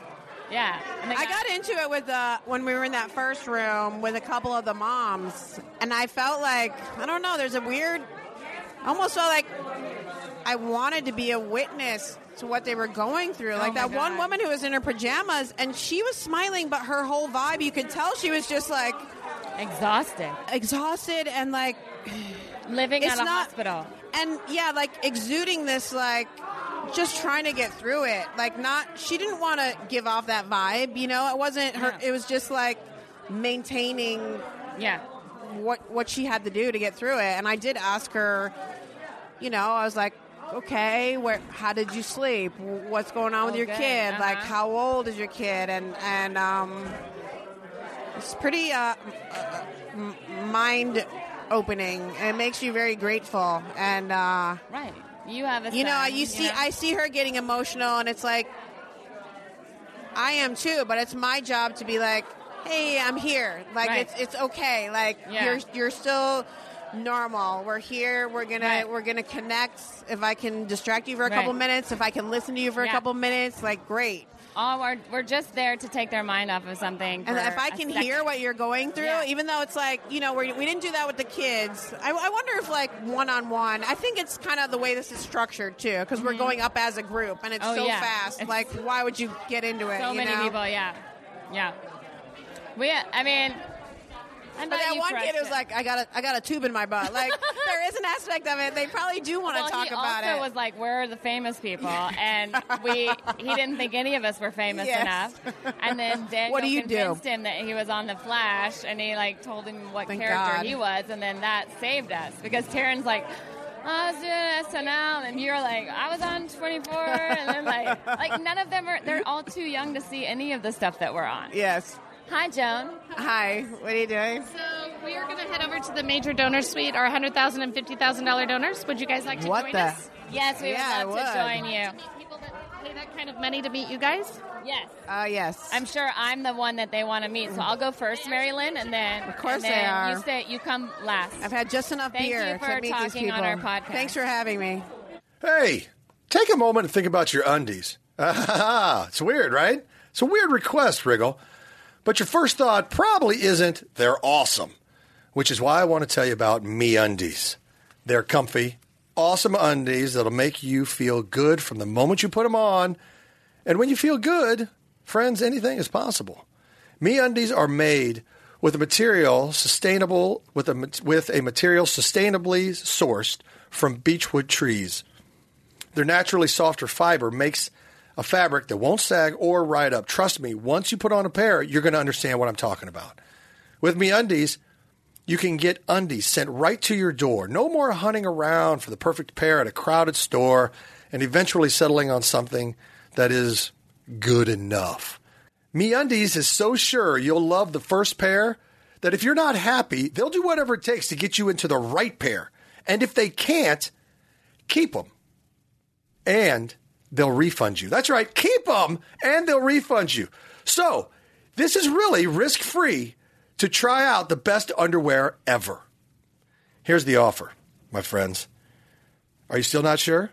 S3: Yeah. And the
S5: I
S3: guy-
S5: got into it with uh, when we were in that first room with a couple of the moms, and I felt like I don't know. There's a weird, I almost felt like I wanted to be a witness to what they were going through. Like
S3: Oh my
S5: that one
S3: God.
S5: woman who was in her pajamas, and she was smiling, but her whole vibe, you could tell she was just like
S3: exhausted.
S5: exhausted and like
S3: Living
S5: It's
S3: at a
S5: not-
S3: hospital.
S5: and yeah, like exuding this like just trying to get through it. Like not she didn't want to give off that vibe, you know? It wasn't her
S3: Yeah.
S5: it was just like maintaining
S3: Yeah.
S5: what what she had to do to get through it. And I did ask her, you know, I was like, okay, where? How did you sleep? What's going on with your
S3: Okay,
S5: kid?
S3: uh-huh.
S5: Like, how old is your kid? And and um, it's pretty uh, m- mind opening. It makes you very grateful and. Uh,
S3: Right. You have a
S5: you know,
S3: son,
S5: you see,
S3: know?
S5: I see her getting emotional, and it's like, I am too. But it's my job to be like, hey, I'm here. Like
S3: Right.
S5: it's it's okay. Like
S3: Yeah.
S5: you're you're still normal. We're here. We're gonna
S3: Right.
S5: we're gonna connect. If I can distract you for a
S3: Right.
S5: couple minutes, if I can listen to you for
S3: Yeah.
S5: a couple minutes, like great.
S3: all Oh, we're, we're just there to take their mind off of something.
S5: And
S3: for
S5: if I
S3: a
S5: can
S3: second.
S5: hear what you're going through,
S3: Yeah.
S5: even though it's like, you know, we're, we didn't do that with the kids. I, I wonder if, like, one on one, I think it's kind of the way this is structured, too, because we're going up as a group and it's
S3: Mm-hmm. Oh,
S5: so
S3: yeah.
S5: fast.
S3: It's-
S5: like, why would you get into it?
S3: so
S5: you
S3: many
S5: know?
S3: people, yeah, yeah. We, I mean, I'm
S5: But
S3: not
S5: that
S3: you
S5: one kid
S3: crushed
S5: was
S3: it.
S5: like, I got a, I got a tube in my butt. Like, there is an aspect of it. They probably do want to
S3: well,
S5: talk
S3: he
S5: about
S3: also
S5: it.
S3: was like, "We're the famous people," and we he didn't think any of us were famous
S5: Yes.
S3: enough. And then Daniel
S5: What do you do?
S3: convinced him that he was on the Flash, and he like told him what
S5: Thank
S3: character
S5: God.
S3: he was, and then that saved us because Taryn's like. I was doing SNL, and you're like, I was on 24, and then like, like none of them are. They're all too young to see any of the stuff that we're on.
S5: yes.
S3: Hi, Joan.
S5: Hi. What are you doing?
S6: So we are going to head over to the major donor suite, our $100,000 and $50,000 donors. Would you guys like to
S5: What
S6: join
S5: the-
S6: us?
S3: Yes, we
S5: Yeah, I
S3: would
S5: would.
S3: love to join you.
S6: Meet people that pay that kind of money to meet you guys?
S3: Yes.
S5: Oh, yes.
S3: I'm sure I'm the one that they want to meet, so I'll go first, Mary Lynn, and then of
S5: course
S3: and then
S5: they are.
S3: You say you come last.
S5: I've had just enough
S3: Thank
S5: beer
S3: you for
S5: to meet these
S3: talking
S5: people.
S3: on our podcast.
S5: Thanks for having me.
S1: Hey, take a moment and think about your undies. it's weird, right? It's a weird request, Riggle. But your first thought probably isn't they're awesome, which is why I want to tell you about Me Undies. They're comfy, awesome undies that'll make you feel good from the moment you put them on. And when you feel good, friends, anything is possible. Me undies are made with a material sustainable with a mat- with a material sustainably sourced from beechwood trees. Their naturally softer fiber makes a fabric that won't sag or ride up. Trust me, once you put on a pair, you're going to understand what I'm talking about. With me undies, you can get undies sent right to your door. No more hunting around for the perfect pair at a crowded store and eventually settling on something that is good enough. MeUndies is so sure you'll love the first pair that if you're not happy, they'll do whatever it takes to get you into the right pair. And if they can't, keep them and they'll refund you. That's right, keep them and they'll refund you. So, this is really risk free to try out the best underwear ever. Here's the offer, my friends. Are you still not sure?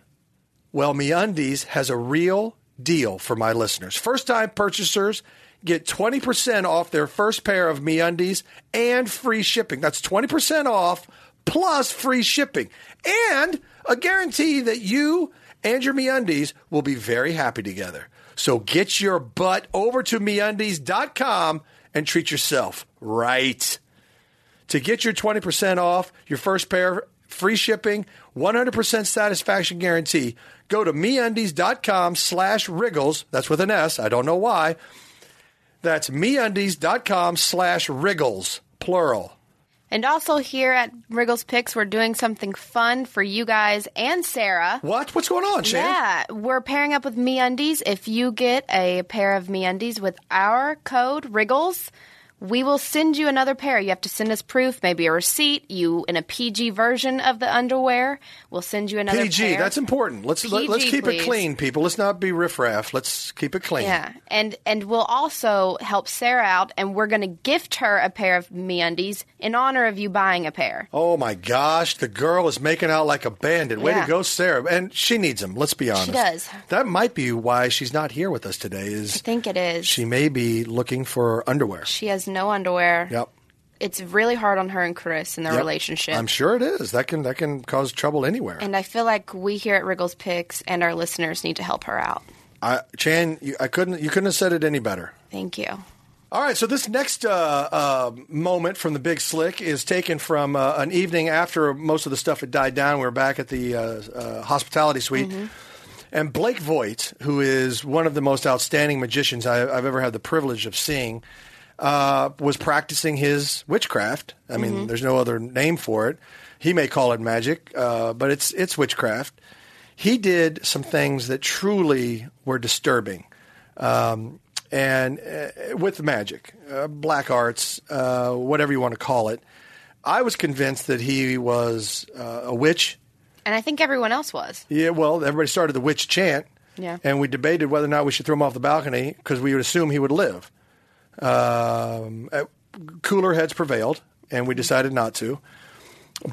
S1: Well, MeUndies has a real deal for my listeners. First-time purchasers get 20% off their first pair of MeUndies and free shipping. That's 20% off plus free shipping and a guarantee that you and your MeUndies will be very happy together. So get your butt over to MeUndies.com and treat yourself right. To get your 20% off your first pair, free shipping, 100% satisfaction guarantee, go to MeUndies.com slash Wriggles. That's with an S. I don't know why. That's MeUndies.com slash Wriggles, plural.
S2: And also here at Wriggles Picks, we're doing something fun for you guys and Sarah.
S1: What? What's going on, Shannon?
S2: Yeah, we're pairing up with MeUndies. If you get a pair of MeUndies with our code Wriggles, we will send you another pair. You have to send us proof, maybe a receipt. You in a PG version of the underwear, we'll send you another
S1: PG,
S2: pair.
S1: that's important. Let's let, us let us
S2: PG,
S1: keep
S2: please.
S1: it clean, people. Let's not be riffraff. Let's keep it clean.
S2: Yeah, and and we'll also help Sarah out, and we're going to gift her a pair of MeUndies in honor of you buying a pair.
S1: Oh my gosh, the girl is making out like a bandit. Way
S2: Yeah.
S1: to go, Sarah. And she needs him, let's be honest.
S2: does.
S1: That might be why she's not here with us today is
S2: I think it is.
S1: She may be looking for underwear.
S2: She has no underwear.
S1: Yep.
S2: It's really hard on her and Chris in their
S1: Yep.
S2: relationship.
S1: I'm sure it is. That can that can cause trouble anywhere.
S2: And I feel like we here at Wriggles Picks and our listeners need to help her out.
S1: I, Chan, you, I couldn't you couldn't have said it any better.
S2: Thank you.
S1: All right, so this next uh, uh, moment from the Big Slick is taken from uh, an evening after most of the stuff had died down. We were back at the uh, uh, hospitality suite.
S2: Mm-hmm.
S1: And Blake Voigt, who is one of the most outstanding magicians I, I've ever had the privilege of seeing, uh, was practicing his witchcraft. I mean, there's no other name for it. He may call it magic, uh, but it's it's witchcraft. He did some things that truly were disturbing, um, and uh, with magic, uh, black arts, uh, whatever you want to call it. I was convinced that he was uh, a witch
S2: And I think everyone else was.
S1: yeah, well, everybody started the witch chant.
S2: Yeah.
S1: And we debated whether or not we should throw him off the balcony because we would assume he would live. Um, uh, cooler heads prevailed, and we decided not to.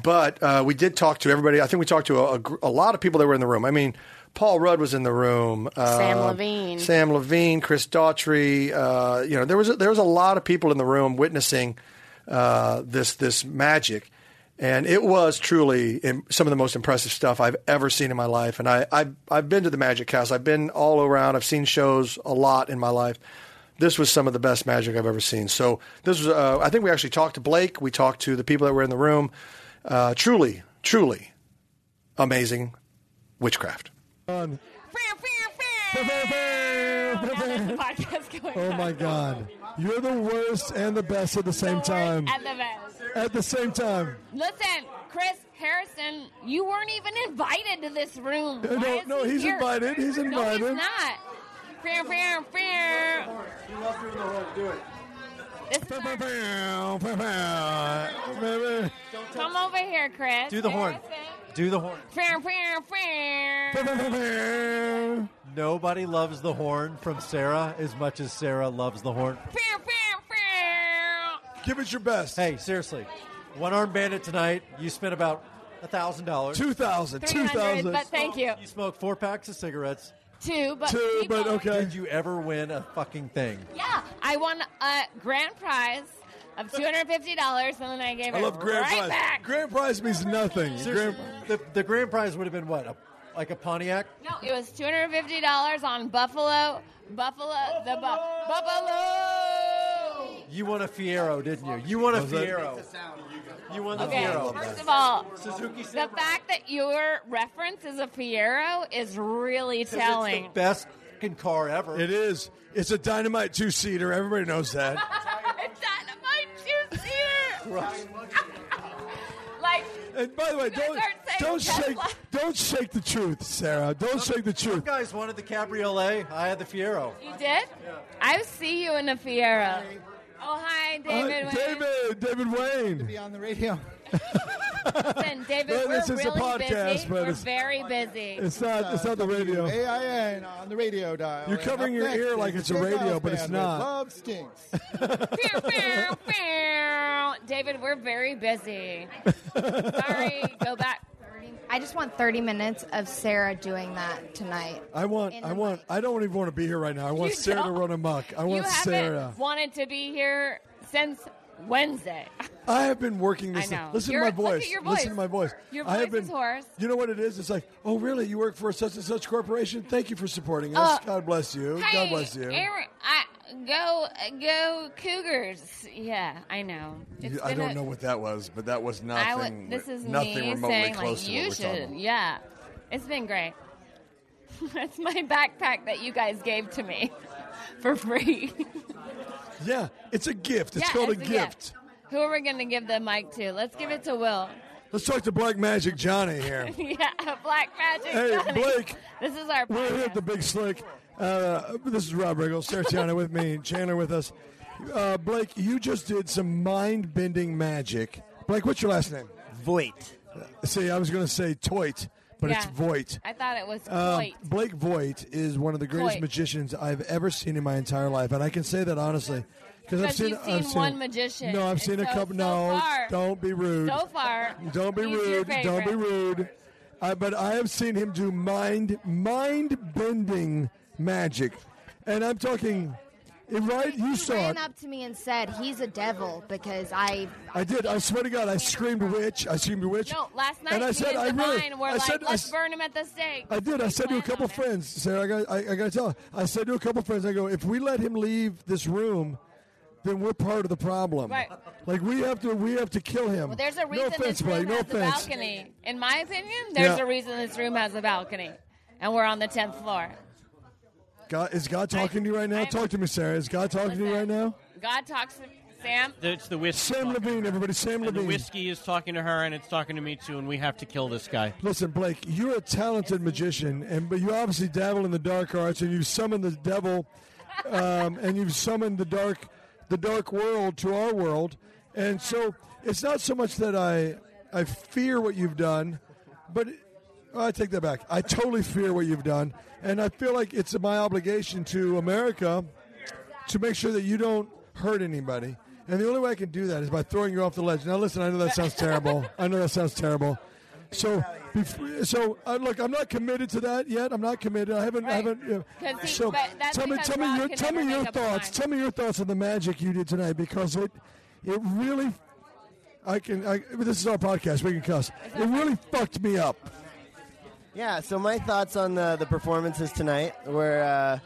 S1: But uh, we did talk to everybody. I think we talked to a, a gr- a lot of people that were in the room. I mean, Paul Rudd was in the room. Uh,
S2: Sam Levine.
S1: Sam Levine, Chris Daughtry. Uh, you know, there was a, there was a lot of people in the room witnessing uh, this this magic, and it was truly im- some of the most impressive stuff I've ever seen in my life. And I I've, I've been to the Magic House. I've been all around. I've seen shows a lot in my life. This was some of the best magic I've ever seen. So this was. Uh, I think we actually talked to Blake. We talked to the people that were in the room. Uh, truly, truly amazing witchcraft.
S3: the podcast going
S7: Oh
S3: on.
S7: my God. You're the worst and the best at the same time.
S3: At the best.
S7: At the same time.
S3: Listen, Chris Harrison, you weren't even invited to this room.
S7: Uh, No,
S3: Why is
S7: no,
S3: he
S7: he's
S3: here?
S7: invited. He's
S3: No,
S7: invited.
S3: he's not. Fear, fear, fear. This is our- come over here, Chris.
S8: Do the horn. Do the horn.
S3: Fear, fear, fear.
S8: Nobody loves the horn from Sarah as much as Sarah loves the horn.
S3: Fear, fear, fear.
S7: Give it your best.
S8: Hey, seriously, one armed bandit tonight. You spent about a thousand dollars.
S7: 2,000.
S3: 300,
S7: 2,000.
S3: but thank you.
S8: You smoked four packs of cigarettes.
S3: Two, but
S7: Two,
S3: keep
S7: but
S3: going.
S7: okay.
S8: Did you ever win a fucking thing?
S3: Yeah, I won a grand prize of two hundred fifty dollars, and then I gave
S7: I
S3: it
S7: love grand
S3: right
S7: prize.
S3: back.
S7: Grand prize means nothing.
S8: Seriously,
S7: Grand,
S8: the, the grand prize would have been what, a, like a Pontiac?
S3: No, it was two hundred fifty dollars on Buffalo, Buffalo, the bu- Buffalo.
S8: You won a Fiero, didn't you? You won a Fiero. You won the
S3: Okay,
S8: Fiero.
S3: first of all,
S8: Suzuki
S3: the fact that your reference is a Fiero is really
S8: It's
S3: telling.
S8: the best fucking car ever.
S7: it is. It's a dynamite two seater. Everybody knows that.
S3: Dynamite juice here. Like,
S7: And by the way,
S3: You guys
S7: don't
S3: aren't saying
S7: don't
S3: Tesla.
S7: shake don't shake the truth, Sarah. Don't shake the
S8: You
S7: truth.
S8: guys wanted the cabriolet. I had the Fiero.
S3: you did? I see you in a Fiero. Oh, hi,
S7: Uh,
S3: David.
S7: David, David Wayne.
S9: Be on the radio.
S3: Listen, David,
S7: No,
S3: we're
S7: this is a
S3: really
S7: podcast,
S3: busy.
S7: but
S3: We're
S7: it's-
S3: very busy.
S7: It's not it's not the radio.
S9: AIN on the radio dial.
S7: You're covering your
S9: And up next
S7: ear
S9: is
S7: like
S9: the
S7: it's a
S9: Big
S7: radio,
S9: Mouth
S7: but it's
S9: Band with
S7: not.
S9: Love stinks.
S3: Pew, pew, pew. David, we're very busy. Sorry, go back.
S10: I just want 30 minutes of Sarah doing that tonight.
S7: I want
S10: In the
S7: I want I don't even want to be here right now. I want
S3: You
S7: Sarah to
S3: don't.
S7: run amok. I
S3: You
S7: want
S3: haven't
S7: Sarah.
S3: wanted to be here since Wednesday.
S7: I have been working this.
S3: I know.
S7: Listen
S3: Your-
S7: to my
S3: look at
S7: voice.
S3: your
S7: Listen
S3: voice.
S7: to my voice.
S3: Your
S7: I have
S3: voice
S7: been,
S3: is hoarse.
S7: You know what it is? It's like, oh, really? You work for such and such corporation? Thank you for supporting us.
S3: Uh,
S7: God bless you. God
S3: Hey,
S7: bless you.
S3: Aaron, I, go, go Cougars. Yeah, I know. It's
S7: I
S3: been
S7: don't
S3: a-
S7: know what that was, but that was
S3: I
S7: nothing.
S3: would- this is
S7: nothing
S3: me
S7: remotely
S3: saying,
S7: close
S3: like,
S7: to
S3: you
S7: what we're
S3: should.
S7: talking about.
S3: Yeah, it's been great. That's my backpack that you guys gave to me for free.
S7: Yeah, it's a gift. It's
S3: Yeah,
S7: called
S3: it's
S7: a gift.
S3: Who are we going to give the mic to? Let's give it to Will.
S7: Let's talk to Black Magic Johnny here.
S3: yeah, Black Magic.
S7: Hey,
S3: Johnny.
S7: Blake.
S3: This is our
S7: We're here
S3: podcast.
S7: at the Big Slick. Uh, this is Rob Riggle, Sarah Tiana with me, and Chandler with us. Uh, Blake, you just did some mind bending magic. Blake, what's your last name?
S4: Voight.
S7: See, I was going to say Toit, but it's
S3: Yeah.
S7: Voight.
S3: I thought it was
S7: Um,
S3: Coit.
S7: Blake Voigt is one of the greatest
S3: Voigt.
S7: magicians I've ever seen in my entire life, and I can say that honestly because I've
S3: Because
S7: seen,
S3: you've
S7: I've
S3: seen one magician,
S7: No, I've
S3: and
S7: seen a
S3: so-
S7: couple.
S3: so
S7: no,
S3: far-
S7: don't be rude.
S3: so far,
S7: don't be
S3: he's your
S7: rude. Don't be
S3: favorite.
S7: rude. I, but I have seen him do mind mind bending magic, and I'm talking. Right, you
S10: He
S7: saw
S10: ran
S7: it.
S10: up to me and said, he's a devil because I.
S7: I did. I swear to God, I screamed witch. I screamed witch.
S3: No, last night
S7: and I
S3: he
S7: said,
S3: and
S7: I
S3: Divine
S7: really,
S3: were
S7: I
S3: like,
S7: said, I
S3: let's
S7: s-
S3: burn him at the stake.
S7: I did. I
S3: We
S7: said to a
S3: planned
S7: couple
S3: on it.
S7: friends, Sarah. I got, I, I got to tell. I said to a couple friends, I go, if we let him leave this room, then we're part of the problem.
S3: Right.
S7: Like we have to, we have to kill him.
S3: Well, there's a
S7: no
S3: reason
S7: offense,
S3: this room
S7: Blake. No
S3: has a
S7: offense.
S3: balcony. In my opinion, there's
S7: Yeah.
S3: a reason this room has a balcony, and we're on the tenth floor.
S7: God, is God talking to you right now?
S3: I'm-
S7: Talk to me, Sarah. Is God talking to you right now?
S3: God talks to Sam.
S11: It's the whiskey.
S1: Sam Levine, everybody. Sam
S11: And the
S1: Levine.
S11: whiskey is talking to her, and it's talking to me too, and we have to kill this guy.
S1: Listen, Blake, you're a talented magician, and but you obviously dabble in the dark arts, and you've summoned the devil, um, and you've summoned the dark, the dark world to our world, and so it's not so much that I, I fear what you've done, but Oh, I take that back. I totally fear what you've done, and I feel like it's my obligation to America to make sure that you don't hurt anybody. And the only way I can do that is by throwing you off the ledge. Now, listen, I know that sounds terrible. I know that sounds terrible. So, bef- so uh, look, I'm not committed to that yet. I'm not committed. I haven't. I haven't. yeah.
S3: 'Cause he-
S1: so,
S3: but that's
S1: tell me,
S3: because
S1: tell me
S3: Rob
S1: your,
S3: can
S1: tell me
S3: never
S1: your
S3: make up his
S1: thoughts.
S3: mind.
S1: Tell me your thoughts on the magic you did tonight because it, it really, I can. I, this is our podcast. We can cuss. It really fucked me up.
S12: Yeah, so my thoughts on the, the performances tonight were uh,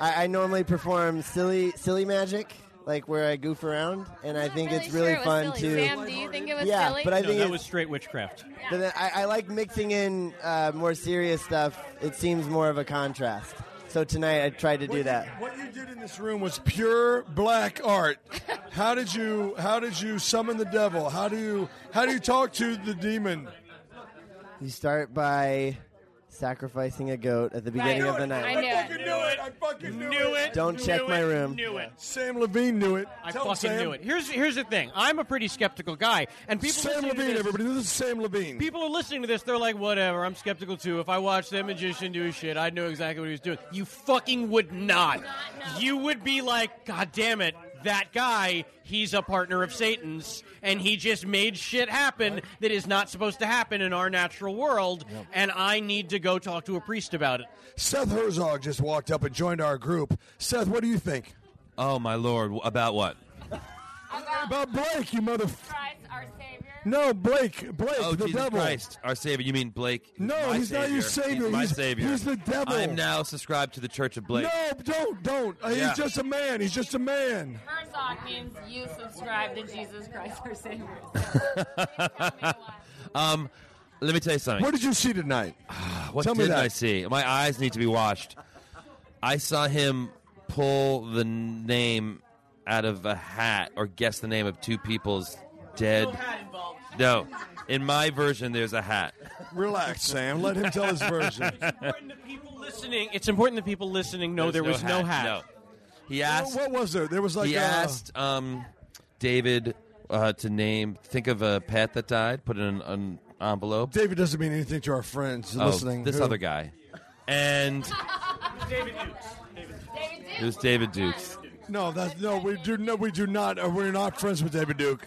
S12: I, I normally perform silly silly magic, like where I goof around, and I think it's really
S3: sure it was
S12: fun
S3: silly.
S12: to.
S3: Sam, do you think it was
S12: yeah,
S3: silly?
S12: but I
S11: no,
S12: think
S11: that
S12: it-
S11: was straight witchcraft.
S12: but then I, I like mixing in uh, more serious stuff. It seems more of a contrast. So tonight I tried to do that.
S1: What you did in this room was pure black art. How did you? How did you summon the devil? How do you? How do you talk to the demon?
S12: You start by sacrificing a goat at the beginning of the night.
S1: I fucking knew it. I fucking knew, it.
S12: Don't check my room.
S11: Knew it.
S1: Sam Levine knew it.
S11: I
S1: Tell him,
S11: fucking
S1: Sam.
S11: knew it. Here's here's the thing. I'm a pretty skeptical guy, and people.
S1: Sam
S11: listening to
S1: Levine,
S11: this-
S1: everybody. This is Sam Levine.
S11: People are listening to this. They're like, whatever. I'm skeptical too. If I watched that magician do his shit, I'd know exactly what he was doing. You fucking would not. You would be like, God damn it, that guy. He's a partner of Satan's, and he just made shit happen that is not supposed to happen in our natural world. And I need to go talk to a priest about it.
S1: Seth Herzog just walked up and joined our group. Seth, what do you think?
S13: Oh my lord! w- About what?
S1: About Uh, Blake, you mother.
S3: Christ, our Savior.
S1: No, Blake. Blake,
S13: oh
S1: the
S13: Jesus
S1: devil.
S13: Christ, our Savior. You mean Blake?
S1: No,
S13: my
S1: he's not your savior.
S13: He's my
S1: He's-
S13: Savior.
S1: he's the devil.
S13: I'm now subscribed to the Church of Blake.
S1: No, don't, don't. Uh,
S13: Yeah.
S1: He's just a man. He's just a man.
S3: Herzog means you subscribe to Jesus Christ our Savior.
S13: um, let me tell you something.
S1: What did you see tonight?
S13: What
S1: Tell me
S13: did
S1: that.
S13: I see? My eyes need to be washed. I saw him pull the n- name out of a hat or guess the name of two people's dead. No, in my version, there's a hat.
S1: Relax, Sam. Let him tell his version.
S11: Listening. It's important that people listening know there was no hat.
S13: No. He asked.
S1: what was there? There was like
S13: he
S1: a-
S13: asked um, David uh, to name, think of a pet that died, put it in an envelope.
S1: David doesn't mean anything to our friends
S13: Oh,
S1: listening.
S13: This
S1: Who-
S13: other guy, and
S11: David Dukes.
S13: it was David Dukes.
S1: No, that's no. We do no. We do not. Uh, we're not friends with David Duke.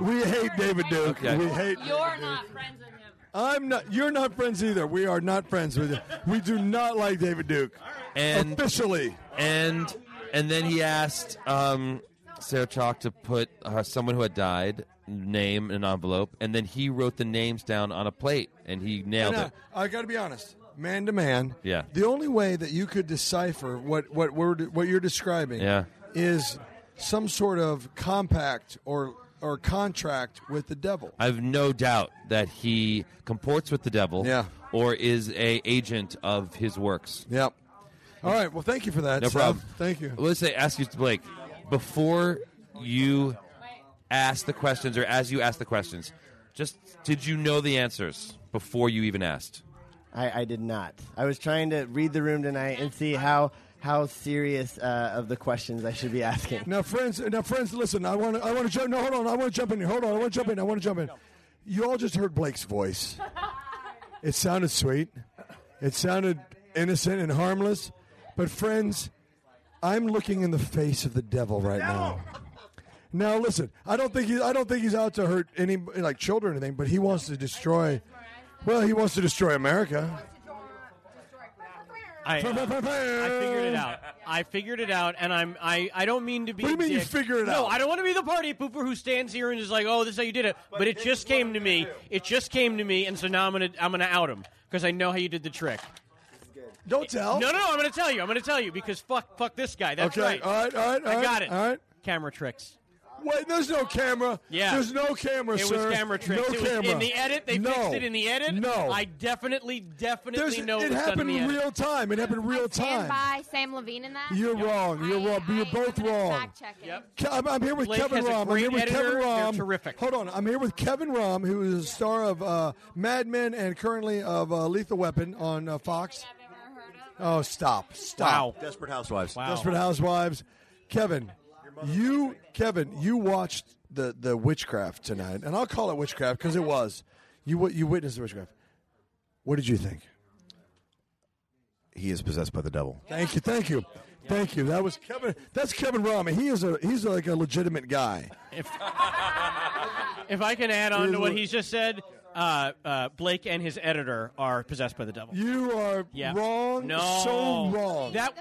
S1: We hate David Duke.
S13: Okay.
S1: We hate.
S3: You're not friends with him.
S1: I'm not. You're not friends either. We are not friends with. We do not like David Duke.
S13: and
S1: officially
S13: and and then he asked um, Sarah Chalk to put uh, someone who had died name in an envelope, and then he wrote the names down on a plate, and he nailed
S1: And
S13: it.
S1: I, I got to be honest. Man to man.
S13: Yeah.
S1: The only way that you could decipher what what word what you're describing
S13: Yeah.
S1: is some sort of compact or or contract with the devil.
S13: I've no doubt that he comports with the devil,
S1: Yeah.
S13: or is a agent of his works.
S1: Yep. All right. Well, thank you for that.
S13: No
S1: Seth.
S13: problem.
S1: Thank you.
S13: Let's say ask you Blake before you ask the questions, or as you ask the questions, just did you know the answers before you even asked?
S12: I, I did not. I was trying to read the room tonight and see how how serious uh, of the questions I should be asking.
S1: Now, friends, now, friends, listen. I want to. I want to jump. No, hold on. I want to jump in here. Hold on. I want to jump in. I want to jump in. You all just heard Blake's voice. It sounded sweet. It sounded innocent and harmless. But friends, I'm looking in the face of the devil right now. Now, listen. I don't think he. I don't think he's out to hurt any like children or anything. But he wants to destroy. Well, he wants to destroy America.
S11: I, uh, I figured it out. I figured it out, and I'm I, I don't mean to be. What do you mean
S1: you figure it
S11: No,
S1: out?
S11: I don't want to be the party pooper who stands here and is like, "Oh, this is how you did it." But, it just came to me. It just came to me, and so now I'm gonna I'm gonna out him because I know how you did the trick.
S1: Don't tell.
S11: No, no, no, I'm gonna tell you. I'm gonna tell you because fuck fuck this guy. That's
S1: Okay,
S11: right.
S1: all right, all right, all
S11: I
S1: right,
S11: got it.
S1: all right.
S11: Camera tricks.
S1: Wait, there's no camera.
S11: Yeah.
S1: There's no camera,
S11: It was
S1: sir.
S11: camera tricks.
S1: No
S11: it
S1: camera.
S11: was in the edit. They
S1: no.
S11: fixed it in the edit.
S1: No.
S11: I definitely, definitely
S1: There's,
S11: know
S1: it
S11: was done in
S1: happened
S11: the
S1: in
S11: edit.
S1: real time. It happened in real time.
S2: Stand by Sam Levine in that.
S1: You're wrong. You're wrong. You're both wrong.
S2: Fact checking.
S1: Ke- I'm, I'm here with
S11: Blake
S1: Kevin
S11: has a
S1: Rom. I'm
S11: great
S1: here with
S11: editor.
S1: Kevin
S11: They're
S1: Rom.
S11: terrific.
S1: Hold on. I'm here with Kevin Rom, who is the star of uh, Mad Men and currently of uh, Lethal Weapon on uh, Fox. Oh, stop. Stop.
S14: Desperate Housewives.
S1: Desperate Housewives. Kevin, you Kevin, you watched the the witchcraft tonight, and I'll call it witchcraft because it was. You wi- you witnessed the witchcraft. What did you think?
S14: He is possessed by the devil.
S1: Thank you, thank you, thank you. That was Kevin. That's Kevin Rama. He is a he's like a legitimate guy.
S11: If, if I can add on to what he's just said, uh, uh, Blake and his editor are possessed by the devil.
S1: You are
S11: Yeah.
S1: wrong,
S11: No.
S1: so wrong.
S11: That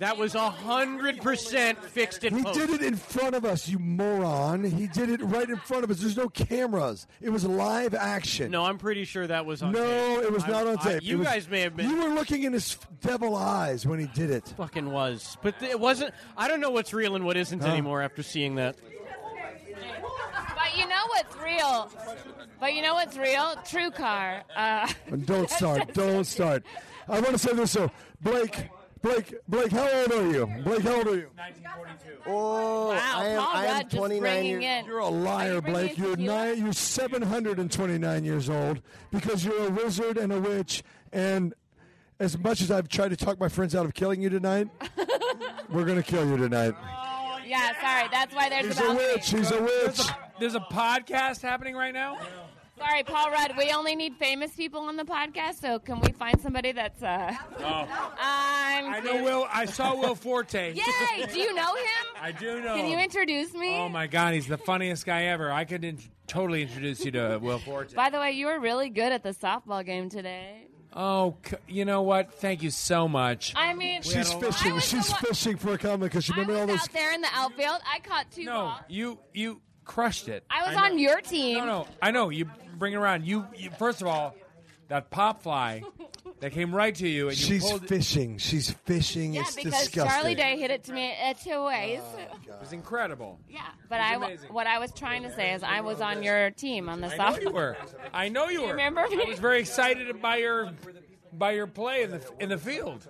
S11: that was hundred percent fixed in
S1: He
S11: post.
S1: did it in front of us, you moron. He did it right in front of us. There's no cameras. It was live action.
S11: No, I'm pretty sure that was on.
S1: No,
S11: tape.
S1: it was
S11: I-
S1: not on
S11: I-
S1: tape. It
S11: you
S1: was-
S11: guys may have been.
S1: You were looking in his f- devil eyes when he did it.
S11: Fucking was, but th- it wasn't. I don't know what's real and what isn't
S1: Huh.
S11: anymore after seeing that.
S3: But you know what's real? But you know what's real? True car. Uh,
S1: And don't start. don't start. I want to say this though, Blake. Blake, Blake, how old are you? Blake, how old are you?
S11: 1942.
S1: Oh,
S3: Wow, I am- Paul I am Rudd just 29 bringing years- in-
S1: You're a
S3: Are
S1: liar,
S3: you bringing
S1: Blake. You're nine, You're 729 years old because you're a wizard and a witch. And as much as I've tried to talk my friends out of killing you tonight, we're gonna kill you tonight.
S3: yeah, sorry. That's why there's
S1: He's
S3: the
S1: a
S3: balcony.
S1: witch. He's a witch.
S15: There's a podcast happening right now.
S3: Sorry, Paul Rudd. We only need famous people on the podcast, so can we find somebody that's uh?
S15: Oh.
S3: I'm.
S15: I know Will. I saw Will Forte.
S3: Yay! Do you know him?
S15: I do know.
S3: Can you introduce me?
S15: oh my God, he's the funniest guy ever. I could int- totally introduce you to Will Forte.
S3: By the way, you were really good at the softball game today.
S15: Oh, c- you know what? Thank you so much.
S3: I mean,
S1: She's
S3: I
S1: fishing.
S3: was
S1: She's
S3: the one-
S1: fishing for a comment because she remember all
S3: I was
S1: those.
S3: out there in the outfield. I caught two balls.
S15: You you crushed it.
S3: I was
S15: know.
S3: on your team.
S15: No, no, I know. You bring it around. You, you first of all, that pop fly that came right to you, and you
S1: She's
S15: pulled.
S1: fishing. She's fishing.
S3: Yeah,
S1: it's
S3: because
S1: disgusting.
S3: Charlie Day hit it to me at two ways.
S15: It was incredible.
S3: yeah, but I, what I was trying to say is I was on your team on the
S15: I know you
S3: softball.
S15: were. I know you,
S3: You
S15: were.
S3: remember me?
S15: I was very excited by your by your play in the in the field.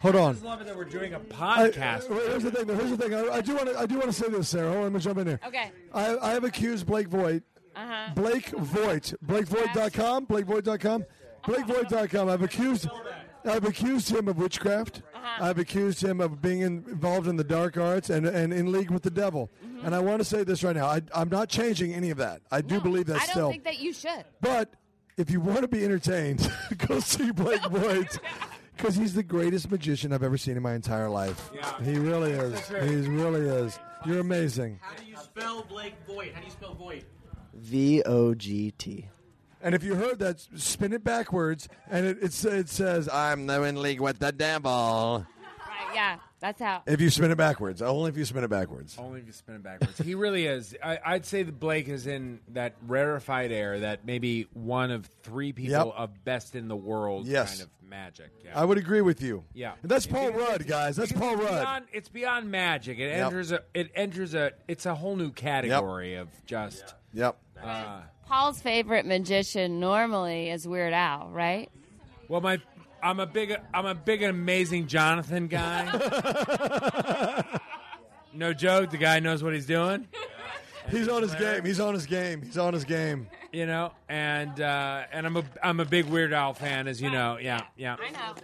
S1: Hold
S15: I
S1: on.
S15: just love it that we're doing a
S1: I-
S15: podcast.
S1: wait, here's the thing. though. Here's the thing. I, I do want to. I do want to say this, Sarah. Hold on, I'm gonna jump in here.
S3: Okay.
S1: I, I have accused Blake Voigt.
S3: Uh-huh.
S1: Blake Voigt. BlakeVoigt.com. BlakeVoigt.com. BlakeVoigt.com. I've accused. I've accused him of witchcraft.
S3: Uh-huh.
S1: I've accused him of being in, involved in the dark arts and, and in league with the devil.
S3: Mm-hmm.
S1: And I want to say this right now. I, I'm not changing any of that. I do believe that
S3: I don't
S1: still.
S3: think that you should.
S1: But if you want to be entertained, go see Blake Voigt because he's the greatest magician I've ever seen in my entire life. He really is. He really is. You're amazing.
S11: How do you spell Blake Void? How do you spell Void?
S16: V O G T.
S1: And if you heard that, spin it backwards, and it, it, sa- it says, I'm now in league with the devil.
S3: Right, yeah, that's how.
S1: If you spin it backwards, only if you spin it backwards.
S15: Only if you spin it backwards. he really is. I, I'd say that Blake is in that rarefied air that maybe one of three people
S1: Yep.
S15: of best in the world
S1: Yes.
S15: kind of magic. Yeah.
S1: I would agree with you.
S15: Yeah.
S1: And that's
S15: If
S1: Paul
S15: you can-
S1: Rudd, guys. That's
S15: because
S1: Paul
S15: it's
S1: Rudd.
S15: Beyond, it's beyond magic. It
S1: Yep.
S15: enters a. It enters a. It's a whole new category of just.
S1: Yep.
S15: Uh,
S3: Paul's favorite magician normally is Weird Al, right?
S15: well, my. I'm a big. I'm a big amazing Jonathan guy. no joke. The guy knows what he's doing.
S1: He's on his game. He's on his game. He's on his game.
S15: You know, and uh, and I'm a I'm a big Weird Al fan, as you know. Yeah, yeah,
S3: I know.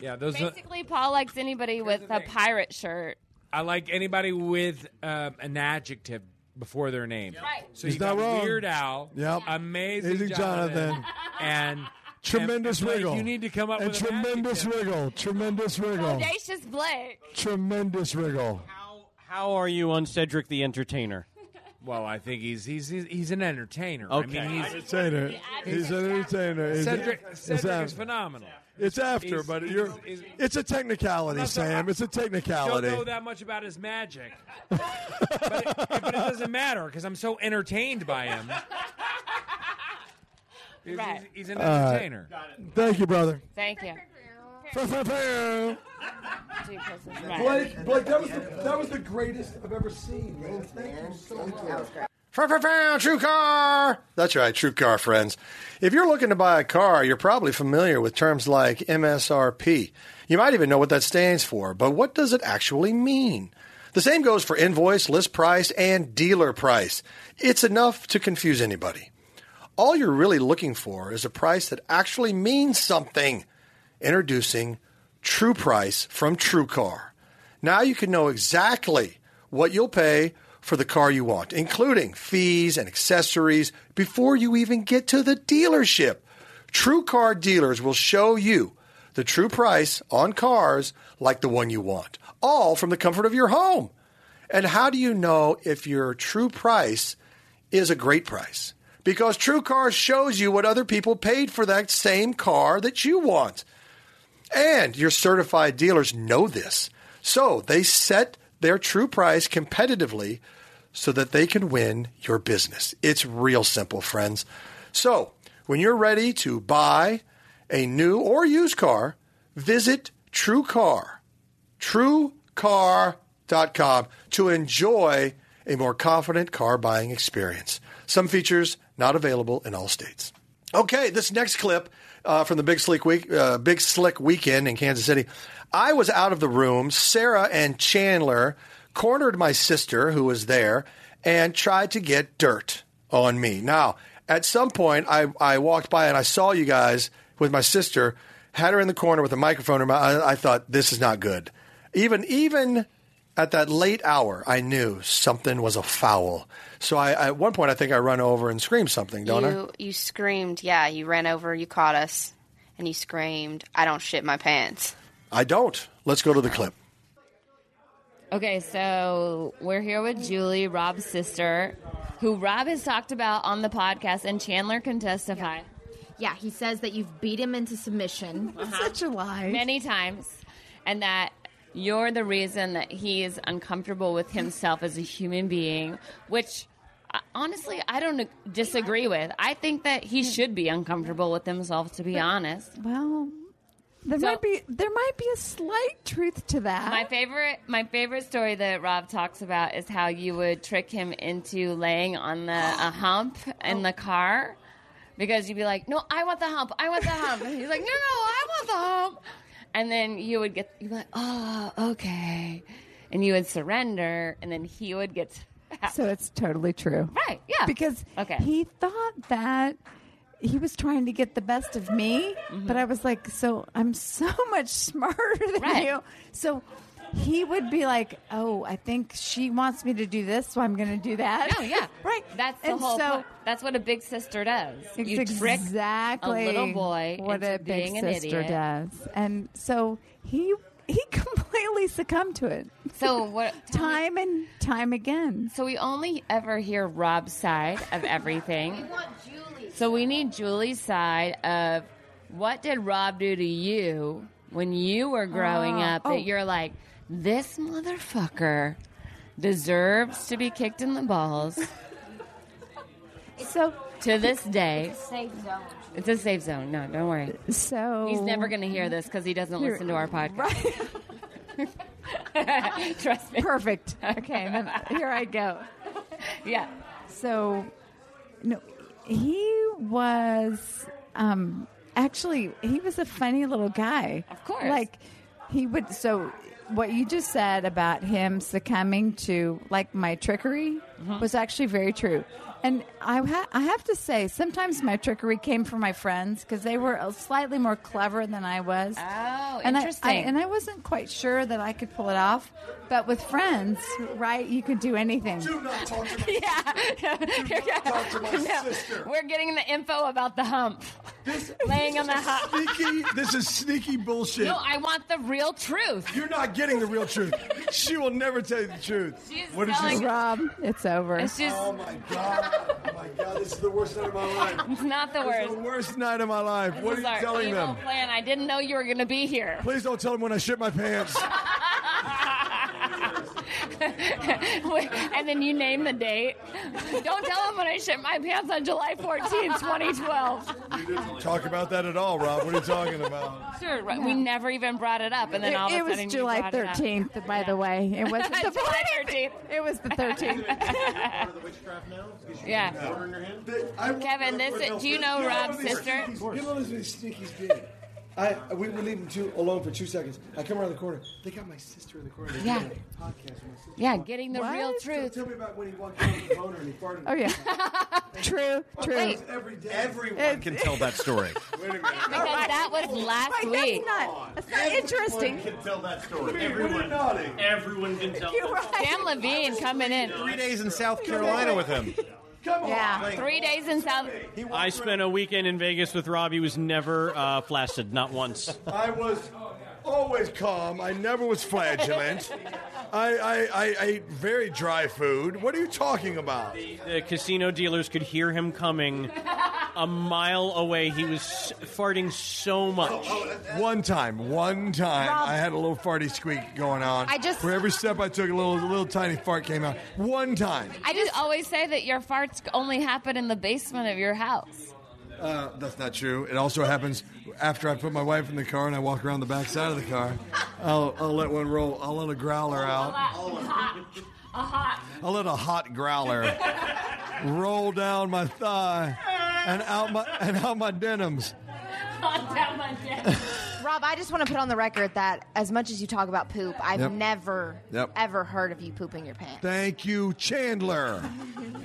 S15: yeah. Those are-
S3: Basically, Paul likes anybody with a pirate shirt.
S15: I like anybody with um, an adjective before their name.
S3: Right.
S15: So
S1: He's
S15: you
S1: not
S15: got
S1: wrong.
S15: Weird Al.
S1: Yep.
S15: Amazing,
S1: Amazing
S15: Jonathan.
S1: Jonathan.
S15: And
S1: Tremendous
S15: and Blake,
S1: wiggle.
S15: You need to come up
S1: and
S15: with a
S1: tremendous wiggle. Tremendous wiggle.
S3: Audacious Blake.
S1: Tremendous wriggle.
S11: How are you on Cedric the Entertainer? Oh.
S15: Well, I think he's he's he's, he's an entertainer. I
S11: Okay.
S15: mean, he's
S1: Entertainer. He's an entertainer. He's-
S15: Cedric,
S1: it's
S15: Cedric is
S1: after.
S15: phenomenal.
S1: It's after,
S15: He's-
S1: but
S15: he's-
S1: you're.
S15: he's-
S1: It's a technicality,
S15: That's all right.
S1: Sam. It's a
S15: Don't
S1: technicality.
S15: know that much about his magic, but, it, but it doesn't matter because I'm so entertained by him. He's, he's- he's an
S1: All right.
S15: entertainer.
S1: Thank you, brother.
S3: Thank you.
S17: Blake, Blake, that was the, that was the greatest I've ever seen. man. Thank you so much.
S1: Fur, fur, fur, True car. That's right, true car friends. If you're looking to buy a car, you're probably familiar with terms like MSRP. You might even know what that stands for, but what does it actually mean? The same goes for invoice, list price, and dealer price. It's enough to confuse anybody. All you're really looking for is a price that actually means something. Introducing True Price from True Car. Now you can know exactly what you'll pay for the car you want, including fees and accessories, before you even get to the dealership. True Car dealers will show you the true price on cars like the one you want, all from the comfort of your home. And how do you know if your true price is a great price? Because True Car shows you what other people paid for that same car that you want. And your certified dealers know this. So they set their true price competitively so that they can win your business. It's real simple, friends. So when you're ready to buy a new or used car, visit True Car, truecar.com to enjoy a more confident car buying experience. Some features not available in all states. Okay, this next clip uh, from the Big Slick Week, uh, Big Slick Weekend in Kansas City. I was out of the room. Sarah and Chandler cornered my sister, who was there, and tried to get dirt on me. Now, at some point, I, I walked by and I saw you guys with my sister, had her in the corner with a microphone. In my, I, I thought this is not good. Even even at that late hour, I knew something was a foul. So I at one point, I think I run over and scream something, don't I?
S2: you you screamed. Yeah, you ran over. You caught us, and you screamed. I don't shit my pants.
S1: I don't. Let's go to the clip.
S3: Okay, so we're here with Julie, Rob's sister, who Rob has talked about on the podcast, and Chandler can testify.
S10: Yeah, he says that you've beat him into submission. Such a lie.
S3: Many times. And that you're the reason that he is uncomfortable with himself as a human being, which uh, honestly, I don't disagree with. I think that he should be uncomfortable with himself, to be honest.
S18: Well, there might be there might be a slight truth to that.
S3: My favorite, my favorite story that Rob talks about is how you would trick him into laying on the a hump in
S18: Oh.
S3: the car because you'd be like, "No, I want the hump. I want the hump." And he's like, "No, no, I want the hump." And then you would get you'd be like, "Oh, okay," and you would surrender, and then he would get
S18: So it's totally true.
S3: right, yeah,
S18: Because
S3: okay,
S18: he thought that he was trying to get the best of me,
S3: Mm-hmm.
S18: but I was like, so I'm so much smarter than
S3: Right.
S18: you. So he would be like, oh, I think she wants me to do this, so I'm going to do that.
S3: No, Oh, yeah,
S18: right.
S3: That's the
S18: And
S3: whole.
S18: so-
S3: point. That's what a big sister does.
S18: It's
S3: you trick
S18: exactly
S3: a little boy
S18: what
S3: into
S18: a big
S3: being an
S18: sister
S3: idiot.
S18: does, and so he he completely succumbed to it.
S3: So what?
S18: time and time again.
S3: So we only ever hear Rob's side of everything. So we need Julie's side of what did Rob do to you when you were growing
S18: Uh,
S6: Ah,
S3: up
S6: oh.
S3: that you're like, this motherfucker deserves to be kicked in the balls.
S18: so
S3: to this day,
S6: Safe zone.
S3: it's a safe zone. No, don't worry.
S18: So
S3: He's never going to hear this because he doesn't
S18: You're-
S3: listen to our podcast. Trust me.
S18: Perfect. Okay, then here I go.
S3: Yeah.
S18: So, no, he was um, actually he was a funny little guy. Of
S3: course.
S18: like he would. So, what you just said about him succumbing to like my trickery
S3: Mm-hmm.
S18: was actually very true. And I, ha- I have to say, sometimes my trickery came from my friends because they were slightly more clever than I was.
S3: Oh,
S18: and I- I,
S3: interesting.
S18: and I wasn't quite sure that I could pull it off, but with friends, right, you could do anything.
S3: No, We're getting the info about the hump. Laying on the hump.
S17: Sneaky, this is sneaky bullshit.
S3: No, I want the real truth.
S17: You're not getting the real truth. She will never tell you the truth.
S3: She's
S17: What did she
S3: telling-
S17: say?
S18: Rob, it's over.
S3: It's just.
S17: Oh my god! Oh my god! This is the worst night of my life.
S3: It's not the
S17: This is
S3: worst.
S17: the worst night of my life.
S3: This
S17: what
S3: is
S17: are you
S3: our
S17: telling
S3: evil
S17: them?
S3: Plan. I didn't know you were going to be here.
S17: Please don't tell them when I shit my pants.
S3: and then you name the date. Don't tell them when I shit my pants on July 14, 2012.
S1: talk about that at all, Rob. What are you talking about?
S3: Sure, right. we never even brought it up, and then
S18: it,
S3: all of a
S18: it was
S3: sudden you
S18: July
S3: brought it up.
S18: 13th, by the way. It wasn't the
S3: July 13th.
S18: It was the 13th.
S3: Yeah.
S13: I-
S3: Kevin, this
S13: No,
S3: do you know
S13: no,
S3: Rob's
S13: these
S3: Oh, sister?
S13: sneakies- You know those these sneakies did. I we would leave them two alone for two seconds. I come around the corner. They got my sister in the corner. They did
S3: Yeah.
S13: a Podcast with my sister.
S3: Yeah, getting the real
S13: truth. Tell me about when he walked out with the boner and he farted.
S18: Oh, yeah. true, true.
S13: Wait. Every day.
S7: Everyone can tell that story.
S13: Wait a minute.
S3: Because that was last
S18: Wait, that's
S3: week.
S18: not- that's not interesting.
S19: can tell that
S13: What
S19: story.
S13: do you mean? What are you
S19: Everyone,
S13: nodding?
S19: everyone can tell.
S3: You're
S19: that
S3: right. Sam Levine coming in.
S19: Three days in South Carolina with
S7: him.
S3: Yeah. Three days in South.
S11: I spent a weekend in Vegas with Rob. He was never uh, flaccid, not once.
S1: I was always calm. I never was flagellant. I, I, I, ate very dry food. What are you talking about?
S11: The casino dealers could hear him coming a mile away. He was s- farting so much.
S1: One time, one time,
S11: Rob-
S1: I had a little farty squeak going on.
S20: I just-
S1: for every step I took, a little, a little tiny fart came out. One time.
S3: I just always say that your farts only happen in the basement of your house.
S1: Uh, that's not true. It also happens after I put my wife in the car and I walk around the back side of the car. I'll, I'll let one roll. I'll let a growler out. I let a hot growler roll down my thigh and out my and out my denims.
S2: Rob, I just want to put on the record that as much as you talk about poop, I've
S1: Yep.
S2: never,
S1: Yep.
S2: ever heard of you pooping your pants.
S1: Thank you, Chandler.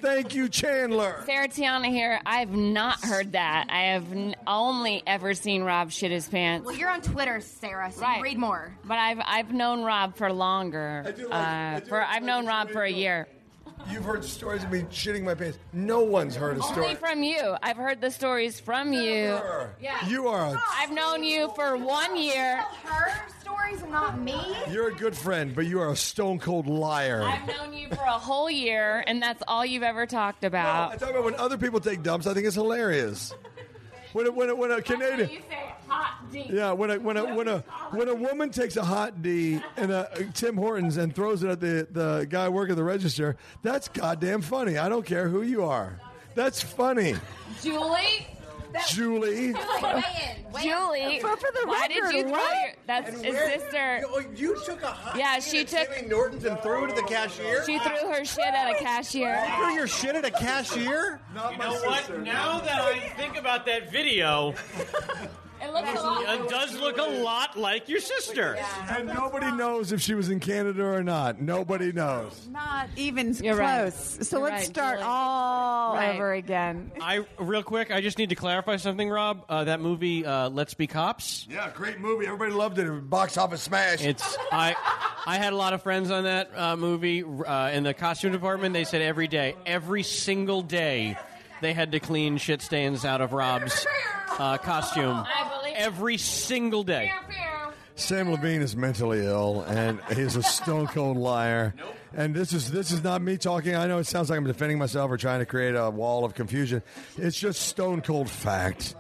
S1: Thank you, Chandler.
S3: Sarah Tiana here. I've not heard that. I have n- only ever seen Rob shit his pants.
S2: Well, you're on Twitter, Sarah, so
S3: Right.
S2: read more.
S3: But I've I've known Rob for longer.
S1: I do like-
S3: uh,
S1: I do
S3: for
S1: like-
S3: I've known Rob for a year.
S1: You've heard stories of me shitting my pants. No one's heard a
S3: Only
S1: story.
S3: from you. I've heard the stories from you. Yeah.
S1: You are a,
S3: I've known you for one year.
S2: Her stories, not me.
S1: you're a good friend, but you are a stone cold liar.
S3: I've known you for a whole year, and that's all you've ever talked
S1: No, I
S3: about.
S1: talk about when other people take dumps. I think it's hilarious. When a, when a, when a Canadian,
S3: say hot D.
S1: yeah, when a when a when a when a woman takes a hot D and a, a Tim Hortons and throws it at the the guy working the register, that's goddamn funny. I don't care who you are, that's funny.
S3: Julie.
S1: Julie,
S3: Julie,
S18: For- for the
S3: why
S18: record,
S3: did you throw
S18: what?
S3: your? That's
S19: And
S3: his
S19: where-
S3: sister.
S19: You, oh, you took a hot
S3: Yeah,
S19: seat
S3: she
S19: at
S3: took-
S19: Jimmy Norton's and threw it at the cashier.
S3: She threw her shit at a cashier.
S19: Threw your shit at a cashier?
S11: You know what? Now that I think about that video,
S3: It looks a lot.
S11: it does look a lot like your sister.
S1: and nobody knows if she was in Canada or not. Nobody knows.
S18: Not even
S3: You're right.
S18: close. So
S3: You're
S18: let's
S3: right,
S18: start
S3: Julie.
S18: all
S3: Right.
S18: over again.
S11: I real quick, I just need to clarify something, Rob. Uh, that movie, uh, Let's Be Cops.
S1: Yeah, great movie. Everybody loved it. It was box office smash.
S11: It's I. I had a lot of friends on that uh, movie uh, in the costume department. They said every day, every single day, they had to clean shit stains out of Rob's uh, costume. Every single day.
S1: Sam Levine is mentally ill, and he's a stone cold liar. And this is this is not me talking. I know it sounds like I'm defending myself or trying to create a wall of confusion. It's just stone cold fact.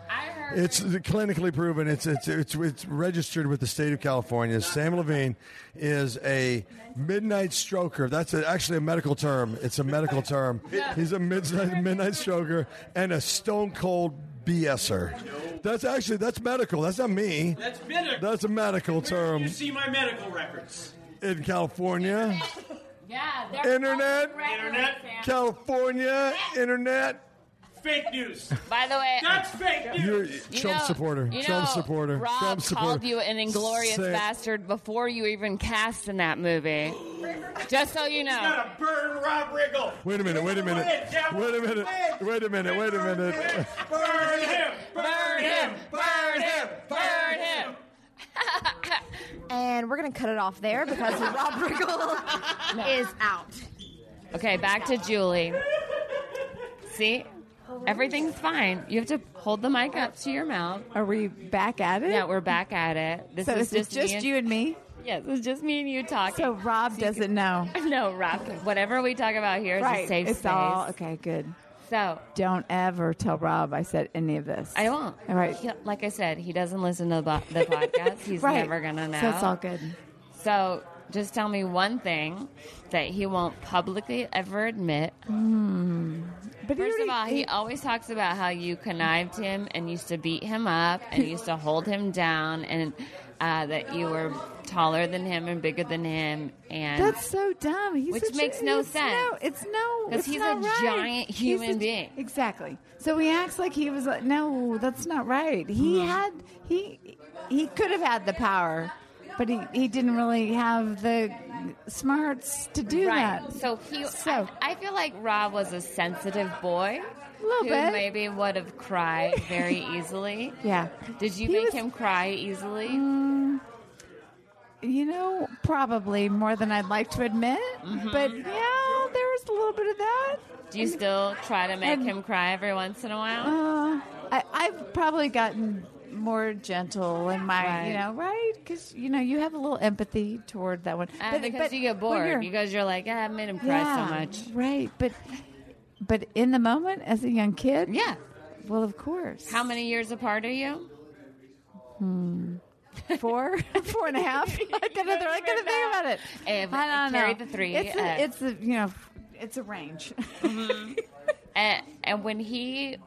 S1: It's clinically proven. It's it's it's, it's registered with the state of California. Sam Levine is a midnight stroker. That's a, actually a medical term. It's a medical term. He's a midnight midnight stroker and a stone cold BSer. That's actually that's medical. That's not me.
S11: That's medical.
S1: That's a medical term
S11: see my medical records.
S1: in California.
S3: Yeah,
S1: they're Internet. fucking California internet.
S11: Fake news.
S3: By the way,
S11: fake
S1: You're Trump
S3: know-
S1: supporter.
S3: you
S1: Trump
S3: know,
S1: supporter.
S3: Rob
S1: Trump supporter.
S3: called you an inglorious
S1: Sam-
S3: bastard before you even cast in that movie. Just so you know.
S11: burn Rob Riggle.
S1: Wait a minute. Wait a minute. Wait a minute. Wait a minute. Wait a minute.
S11: Burn him.
S3: Burn him! Burn him! Burn him!
S2: And we're going to cut it off there because Rob Riggle is out.
S3: Okay, back to Julie. See? Everything's fine. You have to hold the mic up to your mouth.
S18: Are we back at it?
S3: Yeah, we're back at it. This
S18: so
S3: is
S18: this
S3: just,
S18: is just
S3: me and-
S18: you and me.
S3: Yes, it's just me and you talking.
S18: So Rob doesn't know.
S3: no, Rob. Whatever we talk about here is
S18: right.
S3: a safe
S18: it's
S3: space.
S18: all okay. Good.
S3: So
S18: Don't ever tell Rob I said any of this.
S3: I won't.
S18: All right.
S3: He- like I said, he doesn't listen to the, bo- the podcast. He's
S18: Right.
S3: never gonna know.
S18: So it's all good.
S3: So just tell me one thing that he won't publicly ever admit.
S18: Hmm. But
S3: First
S18: he
S3: of all,
S18: already-
S3: he always talks about how you connived him and used to beat him up and used to hold him down and uh, that you were taller than him and bigger than him and
S18: That's so dumb. He's
S3: Which
S18: such a-
S3: makes no
S18: it's
S3: sense.
S18: No, it's no.
S3: 'Cause
S18: it's
S3: he's
S18: not
S3: a
S18: right.
S3: giant
S18: He's
S3: human
S18: a-
S3: being.
S18: Exactly. So he acts like he was like, no, that's not right. He
S3: Hmm.
S18: had he he could have had the power, but he he didn't really have the smarts to do
S3: right.
S18: that.
S3: So he, I, I feel like Rob was a sensitive boy.
S18: Little
S3: who
S18: bit.
S3: maybe would have cried very easily.
S18: Yeah.
S3: Did you
S18: He
S3: make
S18: was- Mm,
S3: him cry easily?
S18: You know, probably more than I'd like to admit, but yeah, there was a little bit of that.
S3: Mm-hmm. Do you still try to make him cry every once in a while?
S18: Uh, I, I've probably gotten more gentle in my,
S3: Right.
S18: you know, right? Because you know, you have a little empathy toward that one.
S3: Uh, because you get
S18: when
S3: bored.
S18: you're-
S3: Because you're like, ah, I made him cry
S18: Yeah,
S3: so much.
S18: right? But but in the moment, as a young kid,
S3: yeah.
S18: Well, of course.
S3: How many years apart are you?
S18: Hmm. Four, four and a half. I could have. I could think about it.
S3: And
S18: I don't
S3: carry
S18: know.
S3: the three,
S18: It's a,
S3: uh,
S18: it's a you know, it's a range.
S3: And, and when he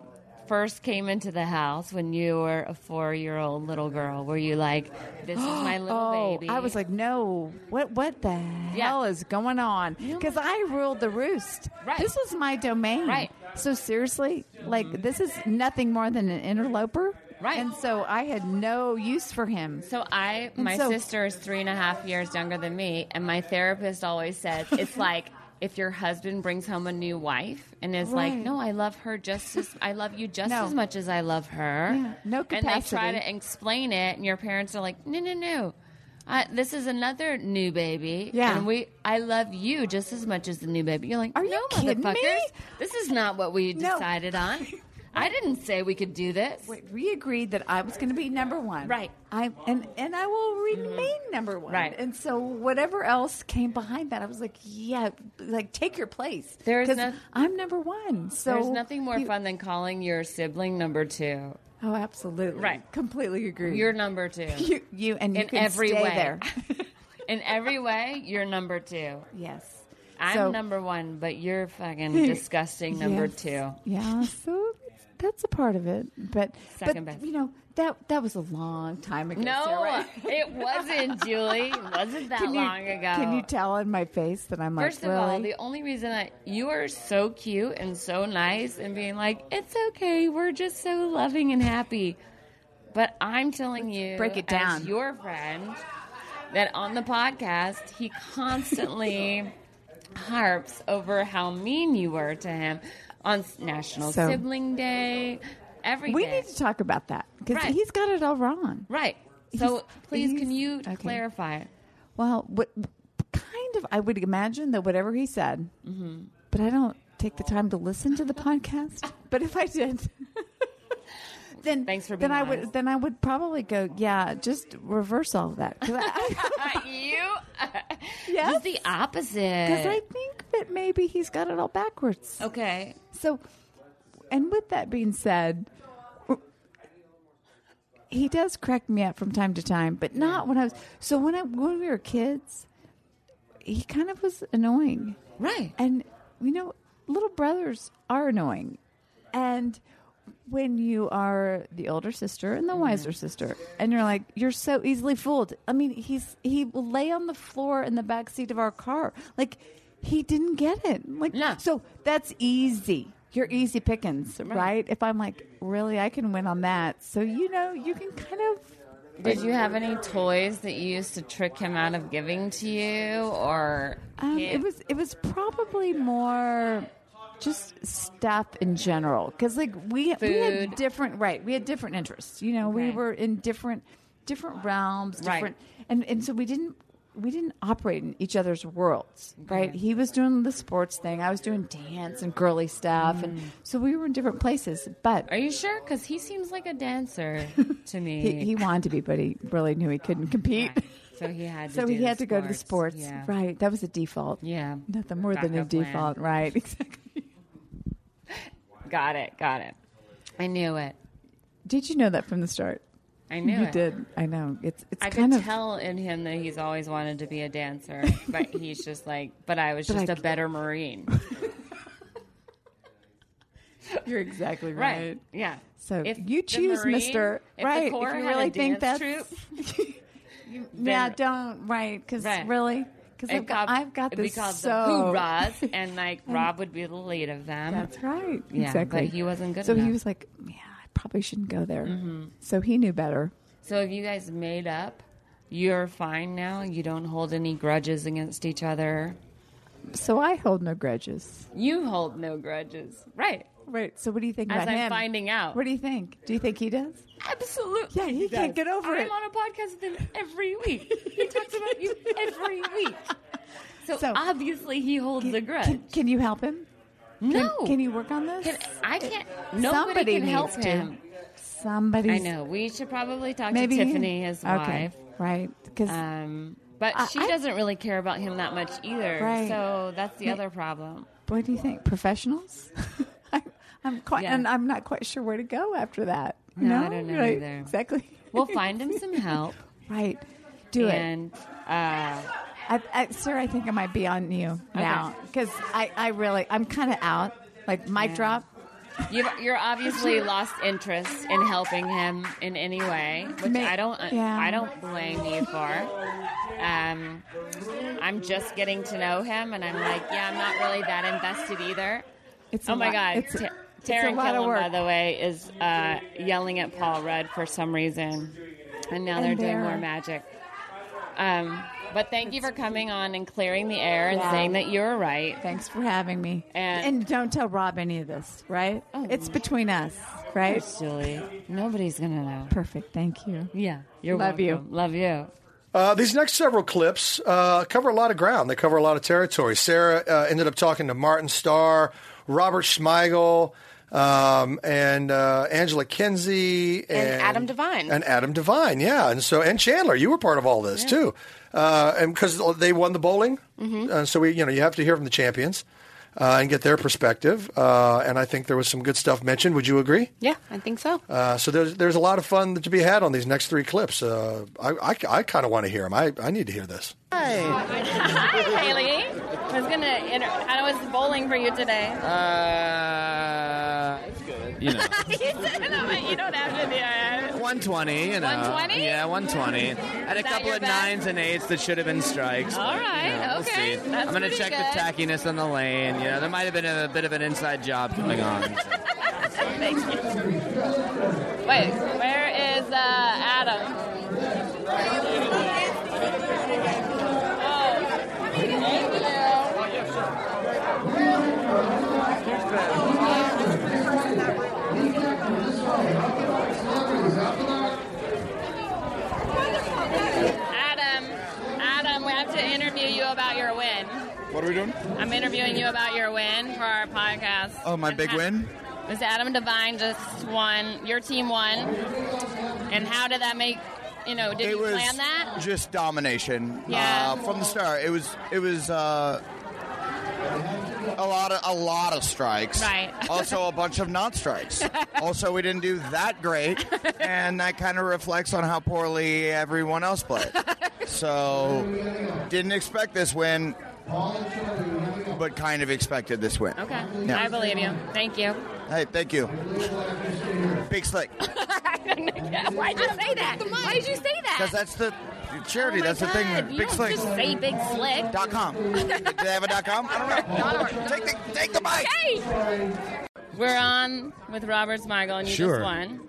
S3: first came into the house, when you were a four-year-old little girl, were you like, "This is my little
S18: oh,
S3: baby"?
S18: I was like, no, what what the hell is going on? Because I ruled the roost. Right. This was my domain. Right. So seriously, like this is nothing more than an interloper. Right. And so I had no use for him.
S3: So I,
S18: And
S3: my
S18: so-
S3: sister is three and a half years younger than me, and my therapist always says it's like if your husband brings home a new wife and is like,
S18: Right.
S3: "No, I love her just as I love you just
S18: No.
S3: as much as I love her."
S18: Yeah, no
S3: And they try
S18: capacity.
S3: to explain it, and your parents are like, "No, no, no." I, this is another new baby,
S18: Yeah.
S3: And we, I love you just as much as the new baby. You're like, are you no,
S18: kidding me?
S3: motherfuckers, This is not what we decided on. I didn't say we could do this.
S18: Wait, we agreed that I was going to be number one. Right. I and and I will remain number one.
S3: Mm-hmm. Right.
S18: And so whatever else came behind that, I was like, yeah, like take your place.
S3: There is
S18: 'Cause
S3: no-
S18: I'm number one. So
S3: There's nothing more
S18: you-
S3: fun than calling your sibling number two.
S18: Oh, absolutely.
S3: Right.
S18: Completely agree.
S3: You're number two.
S18: You, you and you
S3: in
S18: can
S3: every
S18: stay
S3: way.
S18: there.
S3: in every way, you're number two.
S18: Yes.
S3: I'm
S18: So-
S3: number one, but you're fucking disgusting number
S18: Yes.
S3: two.
S18: Yeah, so that's- that's a part of it, but
S3: Second
S18: but
S3: best.
S18: you know that that was a long time ago. Sarah,
S3: No,
S18: right?
S3: it wasn't, Julie. It wasn't that
S18: Can you-
S3: long ago.
S18: Can you tell in my face that I'm
S3: First
S18: like,
S3: of all,
S18: really?
S3: the only reason that you are so cute and so nice and being like, it's okay, we're just so loving and happy. But I'm telling you,
S18: break it
S3: as
S18: down.
S3: your friend, that on the podcast, he constantly harps over how mean you were to him on s- National
S18: So-
S3: Sibling Day, every
S18: we
S3: day.
S18: need to talk about that because
S3: Right.
S18: he's got it all wrong.
S3: Right. So
S18: He's-
S3: please, can
S18: he's-
S3: you
S18: okay.
S3: clarify it?
S18: Well, what kind of? I would imagine that whatever he said,
S3: mm-hmm.
S18: but I don't take the time to listen to the podcast. But if I did, then thanks for
S3: being
S18: then I
S3: honest.
S18: would then I would probably go. Yeah, just reverse all of that. 'Cause I-
S3: you? He's the opposite.
S18: Because I think that maybe he's got it all backwards.
S3: Okay.
S18: So, and with that being said, he does crack me up from time to time, but not when I was. So when I when we were kids, he kind of was annoying,
S3: right?
S18: And you know, little brothers are annoying, and when you are the older sister and the wiser sister and you're like you're so easily fooled i mean he's he will lay on the floor in the back seat of our car like he didn't get it like so that's easy you're easy pickings right. if i'm like really i can win on that so you know you can kind of
S3: Did you have any toys that you used to trick him out of giving to you, or
S18: Um,
S3: Yeah.
S18: It was it was probably more just stuff in general because like we we
S3: Food.
S18: had different right we had different interests you know we
S3: Okay.
S18: were in different different realms
S3: Right.
S18: different and and so we didn't we didn't operate in each other's worlds right
S3: Okay.
S18: he was doing the sports thing I was doing dance and girly stuff
S3: Mm.
S18: and so we were in different places but
S3: are you sure? Because he seems like a dancer to me.
S18: he, he wanted to be but he really knew he couldn't compete.
S3: so he had. To
S18: So
S3: do
S18: he
S3: the
S18: had to go to the sports.
S3: Yeah.
S18: Right. That was a default.
S3: Yeah.
S18: Nothing more than a
S3: Backup plan.
S18: default. Right. Exactly.
S3: Got it. Got it. I knew it.
S18: Did you know that from the start?
S3: I knew
S18: you
S3: it.
S18: did. I know. It's it's
S3: I
S18: kind
S3: could
S18: of
S3: tell in him that he's always wanted to be a dancer, but he's just like, but I was
S18: But
S3: just
S18: I-
S3: a better Marine.
S18: You're exactly
S3: Right,
S18: right.
S3: yeah.
S18: So
S3: If
S18: you
S3: the
S18: choose,
S3: Marine-
S18: Mister.
S3: if the
S18: right.
S3: Corps
S18: if
S3: had
S18: you
S3: a
S18: really think
S3: dance
S18: that's
S3: You-
S18: yeah,
S3: then-
S18: don't right because
S3: Right.
S18: really because
S3: It
S18: I've got
S3: called-
S18: I've got
S3: it'd be
S18: this
S3: called
S18: so
S3: the hoorahs, and like Rob would be the lead of them.
S18: That's right.
S3: Yeah,
S18: exactly.
S3: But he wasn't good.
S18: So
S3: enough.
S18: he was like, yeah, I probably shouldn't go there.
S3: Mhm.
S18: So he knew better.
S3: So if you guys made up, you're fine now. You don't hold any grudges against each other.
S18: So I hold no grudges.
S3: You hold no grudges, right?
S18: Right. So what do you think
S3: As
S18: about
S3: I'm
S18: him?
S3: finding out.
S18: What do you think? Do you think he does?
S3: Absolutely.
S18: Yeah, he can't get over
S3: I'm
S18: it.
S3: on a podcast with him every week. He talks about you every week. So, obviously he holds a grudge.
S18: Can, can you help him? Can-
S3: No.
S18: Can, you work on this?
S3: Can- I can't. Nobody
S18: Somebody
S3: can
S18: needs
S3: help
S18: to.
S3: him.
S18: Somebody.
S3: I know. We should probably talk
S18: Maybe
S3: to Tiffany, his
S18: okay.
S3: wife.
S18: Right. Because
S3: Um, but
S18: I-
S3: she
S18: I-
S3: doesn't really care about him that much either.
S18: Right.
S3: So that's the
S18: Ma-
S3: other problem.
S18: what do you think? Professionals? I'm, I'm quite,
S3: Yeah.
S18: and I'm not quite sure where to go after that. you
S3: No, I don't know
S18: Right.
S3: either.
S18: Exactly.
S3: We'll find him some help.
S18: Right. Do it.
S3: and, Uh,
S18: I, I, sir, I think I might be on you now because I, I really, I'm kind of out. Like mic
S3: Yeah.
S18: drop.
S3: You've, you're obviously lost interest in helping him in any way, which
S18: Ma-
S3: I don't. uh,
S18: yeah.
S3: I don't blame you for. Um, I'm just getting to know him, and I'm like, yeah, I'm not really that invested either.
S18: It's
S3: oh
S18: a
S3: my
S18: lot-
S3: god,
S18: it's a-
S3: Ta-
S18: it's a
S3: Taryn
S18: lot of
S3: Killam,
S18: work.
S3: by the way, is uh, yelling at Paul Rudd for some reason, and now
S18: And
S3: they're doing
S18: they're-
S3: more magic. Um, but thank you for coming on and clearing the air and
S18: Yeah.
S3: saying that you were right.
S18: Thanks for having me.
S3: And-
S18: don't tell Rob any of this, right?
S3: Oh,
S18: it's between us, right?
S3: You're silly. Nobody's gonna know.
S18: Perfect. Thank you.
S3: Yeah, you're
S18: Love
S3: welcome. Love you.
S1: Uh, these next several clips uh, cover a lot of ground. They cover a lot of territory. Sarah uh, ended up talking to Martin Starr, Robert Schmeigel, um, and uh, Angela Kinsey, and,
S2: Adam Devine.
S1: and Adam Devine. Yeah, and so and Chandler, you were part of all this too, uh, and because they won the bowling,
S2: Mhm.
S1: uh, so we you know you have to hear from the champions uh, and get their perspective. Uh, and I think there was some good stuff mentioned. Would you agree?
S2: Yeah, I think so.
S1: Uh, so there's there's a lot of fun to be had on these next three clips. Uh, I I, kind of want to hear them. I, I need to hear this.
S3: Hi, Haley. I was gonna. Inter- how was bowling for you today?
S21: Uh, you know,
S3: you don't have to. Yeah.
S21: 120, you know.
S3: 120?
S21: Yeah, 120. Had a
S3: uh, Is that
S21: couple
S3: your
S21: of
S3: best?
S21: nines and eights that should have been strikes.
S3: All
S21: but,
S3: right,
S21: you know, we'll see.
S3: okay. That's
S21: I'm going to
S3: pretty
S21: check
S3: good.
S21: the tackiness on the lane. You know, there might have been a, bit of an inside job going on.
S3: Thank you. Wait, where is uh, Adam? Adam, Adam, we have to interview you about your win.
S22: What are we doing?
S3: I'm interviewing you about your win for our podcast.
S22: Oh, my big win.
S3: Miss Adam Devine just won. Your team won, and how did that make? You know, did
S22: it
S3: you
S22: was
S3: plan that?
S22: just domination.
S3: Yeah.
S22: Uh, from the start, it was it was uh, a lot of a lot of strikes.
S3: Right.
S22: also, a bunch of not strikes. also, we didn't do that great, and that kind of reflects on how poorly everyone else played. so, didn't expect this win, but kind of expected this win.
S3: Okay,
S22: Yeah.
S3: I believe you. Thank you.
S22: Hey, thank you. Big slick.
S3: Why'd you say that? Why'd you say that?
S22: Because that's the charity. that's the
S3: Oh God,
S22: thing.
S3: you
S22: big
S3: don't
S22: slick.
S3: just say Big Slick.
S22: Dot com. Do they have a dot com? I don't know. Take the take the mic.
S3: We're on with Robert Smigel, and you
S14: Sure.
S3: just won.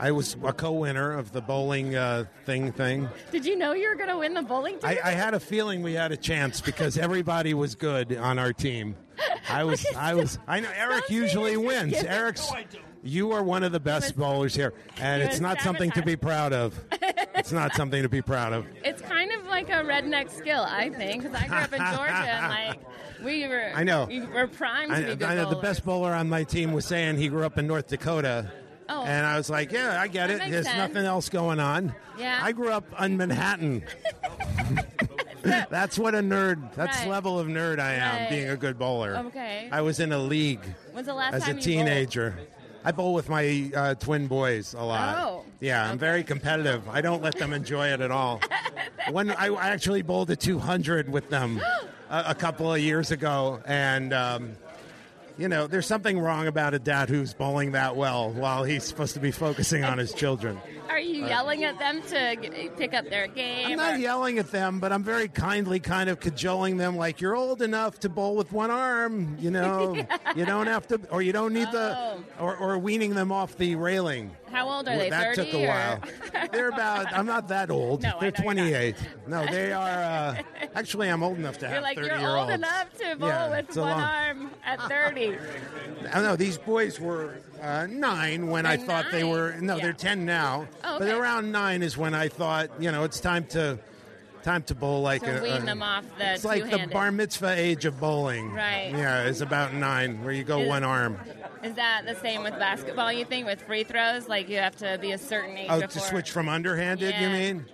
S14: I was a co-winner of the bowling uh, thing thing.
S3: Did you know you were going to win the bowling
S14: I, I had a feeling we had a chance because everybody was good on our team. I was, I was, I know Eric usually wins.
S3: giving-
S14: Eric's, you are one of the best bowlers here, and
S3: you
S14: it's
S3: were
S14: not something to be proud of. It's not something to be proud of.
S3: It's kind of like a redneck skill, I think, because I grew up in Georgia and like we were.
S14: I know.
S3: we were primed to be
S14: I,
S3: good
S14: I know the
S3: bowlers.
S14: best bowler on my team was saying he grew up in North Dakota.
S3: Oh.
S14: And I was like, yeah, I get
S3: That
S14: it.
S3: makes
S14: There's
S3: sense.
S14: nothing else going on.
S3: Yeah.
S14: I grew up in Manhattan. That's what a nerd. That's
S3: Right.
S14: level of nerd I am.
S3: Right.
S14: Being a good bowler.
S3: Okay.
S14: I was in a league.
S3: When's the last
S14: as
S3: time
S14: a
S3: you
S14: teenager. I bowl with my uh, twin boys a lot.
S3: Oh.
S14: Yeah, I'm very competitive. I don't let them enjoy it at all. One, I I actually bowled a 200 with them a, a couple of years ago, and um, you know, there's something wrong about a dad who's bowling that well while he's supposed to be focusing on his children.
S3: Are you
S14: Uh,
S3: yelling at them to g- pick up their game?
S14: I'm not
S3: or-
S14: yelling at them, but I'm very kindly kind of cajoling them like you're old enough to bowl with one arm, you know. You don't have to or you don't need
S3: Oh.
S14: the or, or weaning them off the railing.
S3: How old are
S14: Well,
S3: they?
S14: that
S3: 30
S14: took a
S3: or-
S14: while. They're about I'm not that old.
S3: No, I
S14: They're
S3: know you're not.
S14: 28. No, they are uh, actually I'm old enough to
S3: You're
S14: have
S3: like,
S14: 30
S3: you're
S14: year
S3: old
S14: olds.
S3: enough to bowl
S14: Yeah,
S3: with
S14: it's a
S3: one
S14: long-
S3: arm at 30.
S14: I don't know. These boys were uh, nine when I
S3: They're
S14: thought they
S3: nine?
S14: were. No, they're ten now.
S3: Oh,
S14: But
S3: okay.
S14: around nine is when I thought, you know, it's time to time to bowl like
S3: so
S14: a,
S3: wean
S14: a-
S3: them off the
S14: It's like the
S3: two-handed.
S14: bar mitzvah age of bowling.
S3: Right.
S14: Yeah, it's about nine where you go
S3: Is-
S14: one arm.
S3: Is that the same with basketball, you think, with free throws? Like, you have to be a certain age
S14: Oh, to
S3: before...
S14: switch from underhanded, you
S3: Yeah.
S14: mean?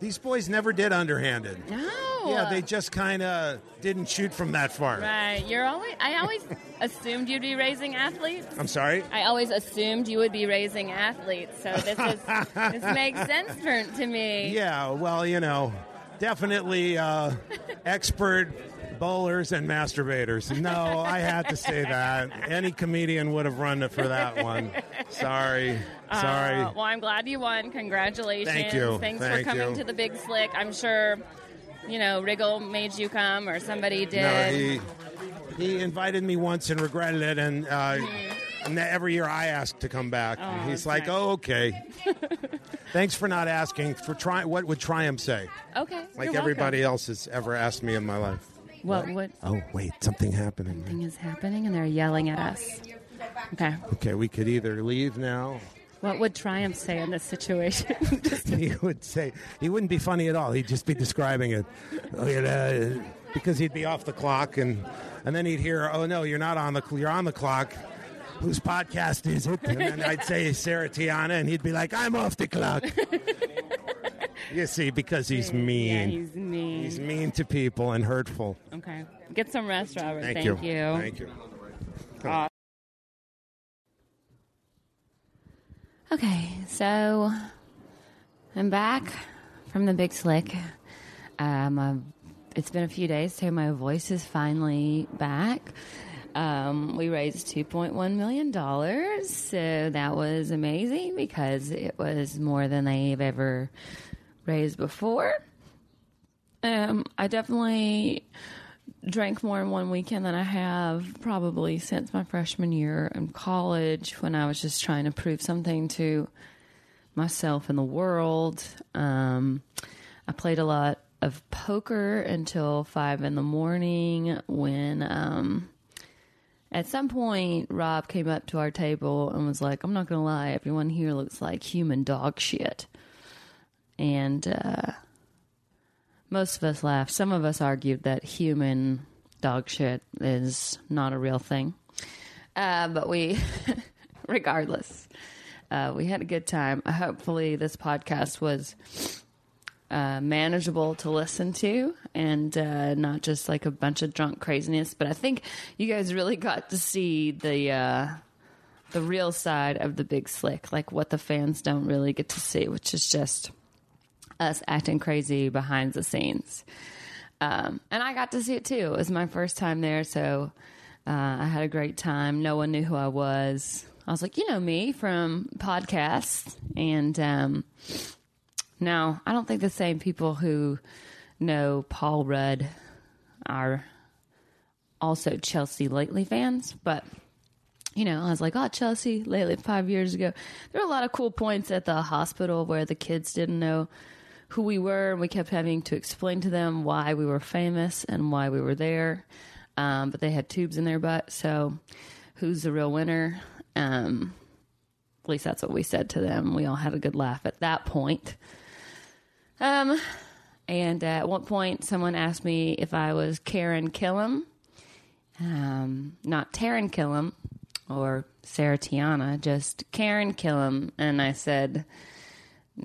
S14: These boys never did underhanded.
S3: No.
S14: Yeah, they just kind of didn't shoot from that far.
S3: Right. You're always... I always assumed you'd be raising athletes.
S14: I'm sorry.
S3: I always assumed you would be raising athletes, so this is this makes sense for, to me.
S14: Yeah, well, you know, definitely uh, expert bowlers and masturbators. No, I had to say that. Any comedian would have run for that one. Sorry.
S3: Uh,
S14: Sorry.
S3: well, I'm glad you won. Congratulations.
S14: Thank you.
S3: Thanks
S14: Thank
S3: for coming
S14: you.
S3: to the Big Slick. I'm sure, you know, Riggle made you come or somebody did.
S14: No, he, he invited me once and regretted it, and uh, and every year I ask to come back. and he's like, "Oh, okay. Thanks for not asking. For try, what would Triumph say?
S3: Okay.
S14: Like
S3: you're
S14: everybody
S3: welcome.
S14: else has ever asked me in my life.
S3: What- what-
S14: Oh, wait, something happening.
S3: Something is happening and they're yelling at us. Okay.
S14: Okay, we could either leave now.
S3: What would Triumph say in this situation?
S14: he would say he wouldn't be funny at all. He'd just be describing it, oh, you know, because he'd be off the clock, and and then he'd hear, "Oh no, you're not on the cl- you're on the clock." Whose podcast is it? And then I'd say Sarah Tiana, and he'd be like, "I'm off the clock." you see, because he's mean.
S3: Yeah, he's mean.
S14: He's mean to people and hurtful.
S3: okay. Get some rest, Robert.
S14: Thank,
S3: Thank,
S14: you. Thank you.
S3: Aw.
S23: Okay, so I'm back from the big slick. Um, I've- it's been a few days, so my voice is finally back. Um, we raised $2.1 million, so that was amazing because it was more than they've ever raised before. Um, I definitely drank more in one weekend than I have probably since my freshman year in college when I was just trying to prove something to myself and the world. Um, I played a lot of poker until five in the morning when. Um, at some point, Rob came up to our table and was like, I'm not going to lie, everyone here looks like human dog shit. And uh, most of us laughed. Some of us argued that human dog shit is not a real thing. Uh, but we, regardless, uh, we had a good time. Hopefully, this podcast was uh, manageable to listen to and uh, not just like a bunch of drunk craziness. But I think you guys really got to see the. Uh, the real side of the big slick, like what the fans don't really get to see, which is just us acting crazy behind the scenes. Um, and I got to see it too. It was my first time there, so uh, I had a great time. No one knew who I was. I was like, you know me from podcasts, and um, no, I don't think the same people who know Paul Rudd are also Chelsea Lately fans, but you know, I was like, oh, Chelsea lately, five years ago. There were a lot of cool points at the hospital where the kids didn't know who we were. and We kept having to explain to them why we were famous and why we were there. Um, but they had tubes in their butt. So who's the real winner? Um, at least that's what we said to them. We all had a good laugh at that point. Um, and uh, at one point, someone asked me if I was Karen Killam, um, not Taryn Killam or Sarah Tiana, just Karen Killam. And I said,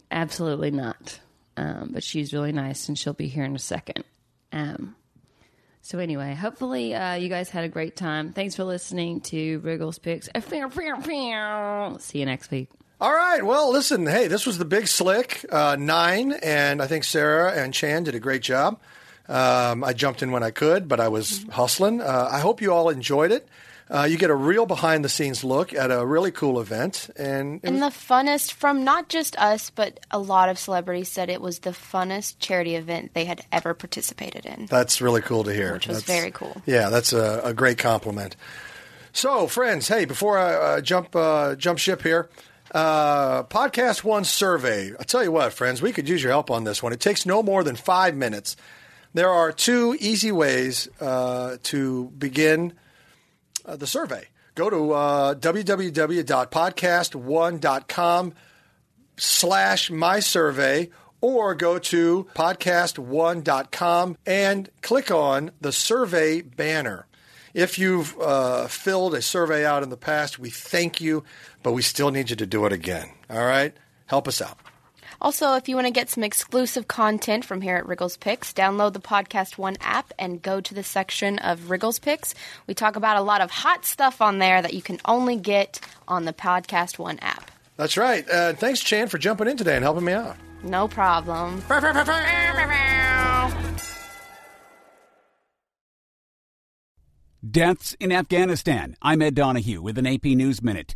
S23: absolutely not. Um, but she's really nice and she'll be here in a second. Um, so anyway, hopefully uh, you guys had a great time. Thanks for listening to Wriggles Picks. See you next week.
S1: All right. Well, listen. Hey, this was the Big Slick uh, nine, and I think Sarah and Chan did a great job. Um, I jumped in when I could, but I was hustling. Uh, I hope you all enjoyed it. Uh, you get a real behind the scenes look at a really cool event, and it
S2: And
S1: was-
S2: the funnest from not just us, but a lot of celebrities said it was the funnest charity event they had ever participated in.
S1: that's really cool to hear.
S2: Which was
S1: That's-
S2: very cool.
S1: Yeah, that's a, a great compliment. So, friends, hey, before I uh, jump uh, jump ship here, uh, podcast one survey. I tell you what, friends, we could use your help on this one. It takes no more than five minutes. There are two easy ways uh, to begin uh, the survey. Go to uh, www.podcast1.com slash my survey or go to podcast1.com and click on the survey banner. If you've uh, filled a survey out in the past, we thank you, but we still need you to do it again. All right? Help us out.
S2: Also, if you want to get some exclusive content from here at Wriggles Picks, download the Podcast One app and go to the section of Wriggles Picks. We talk about a lot of hot stuff on there that you can only get on the Podcast One app.
S1: That's right. Uh, thanks, Chan, for jumping in today and helping me out.
S2: No problem.
S7: Deaths in Afghanistan. I'm Ed Donahue with an AP News Minute.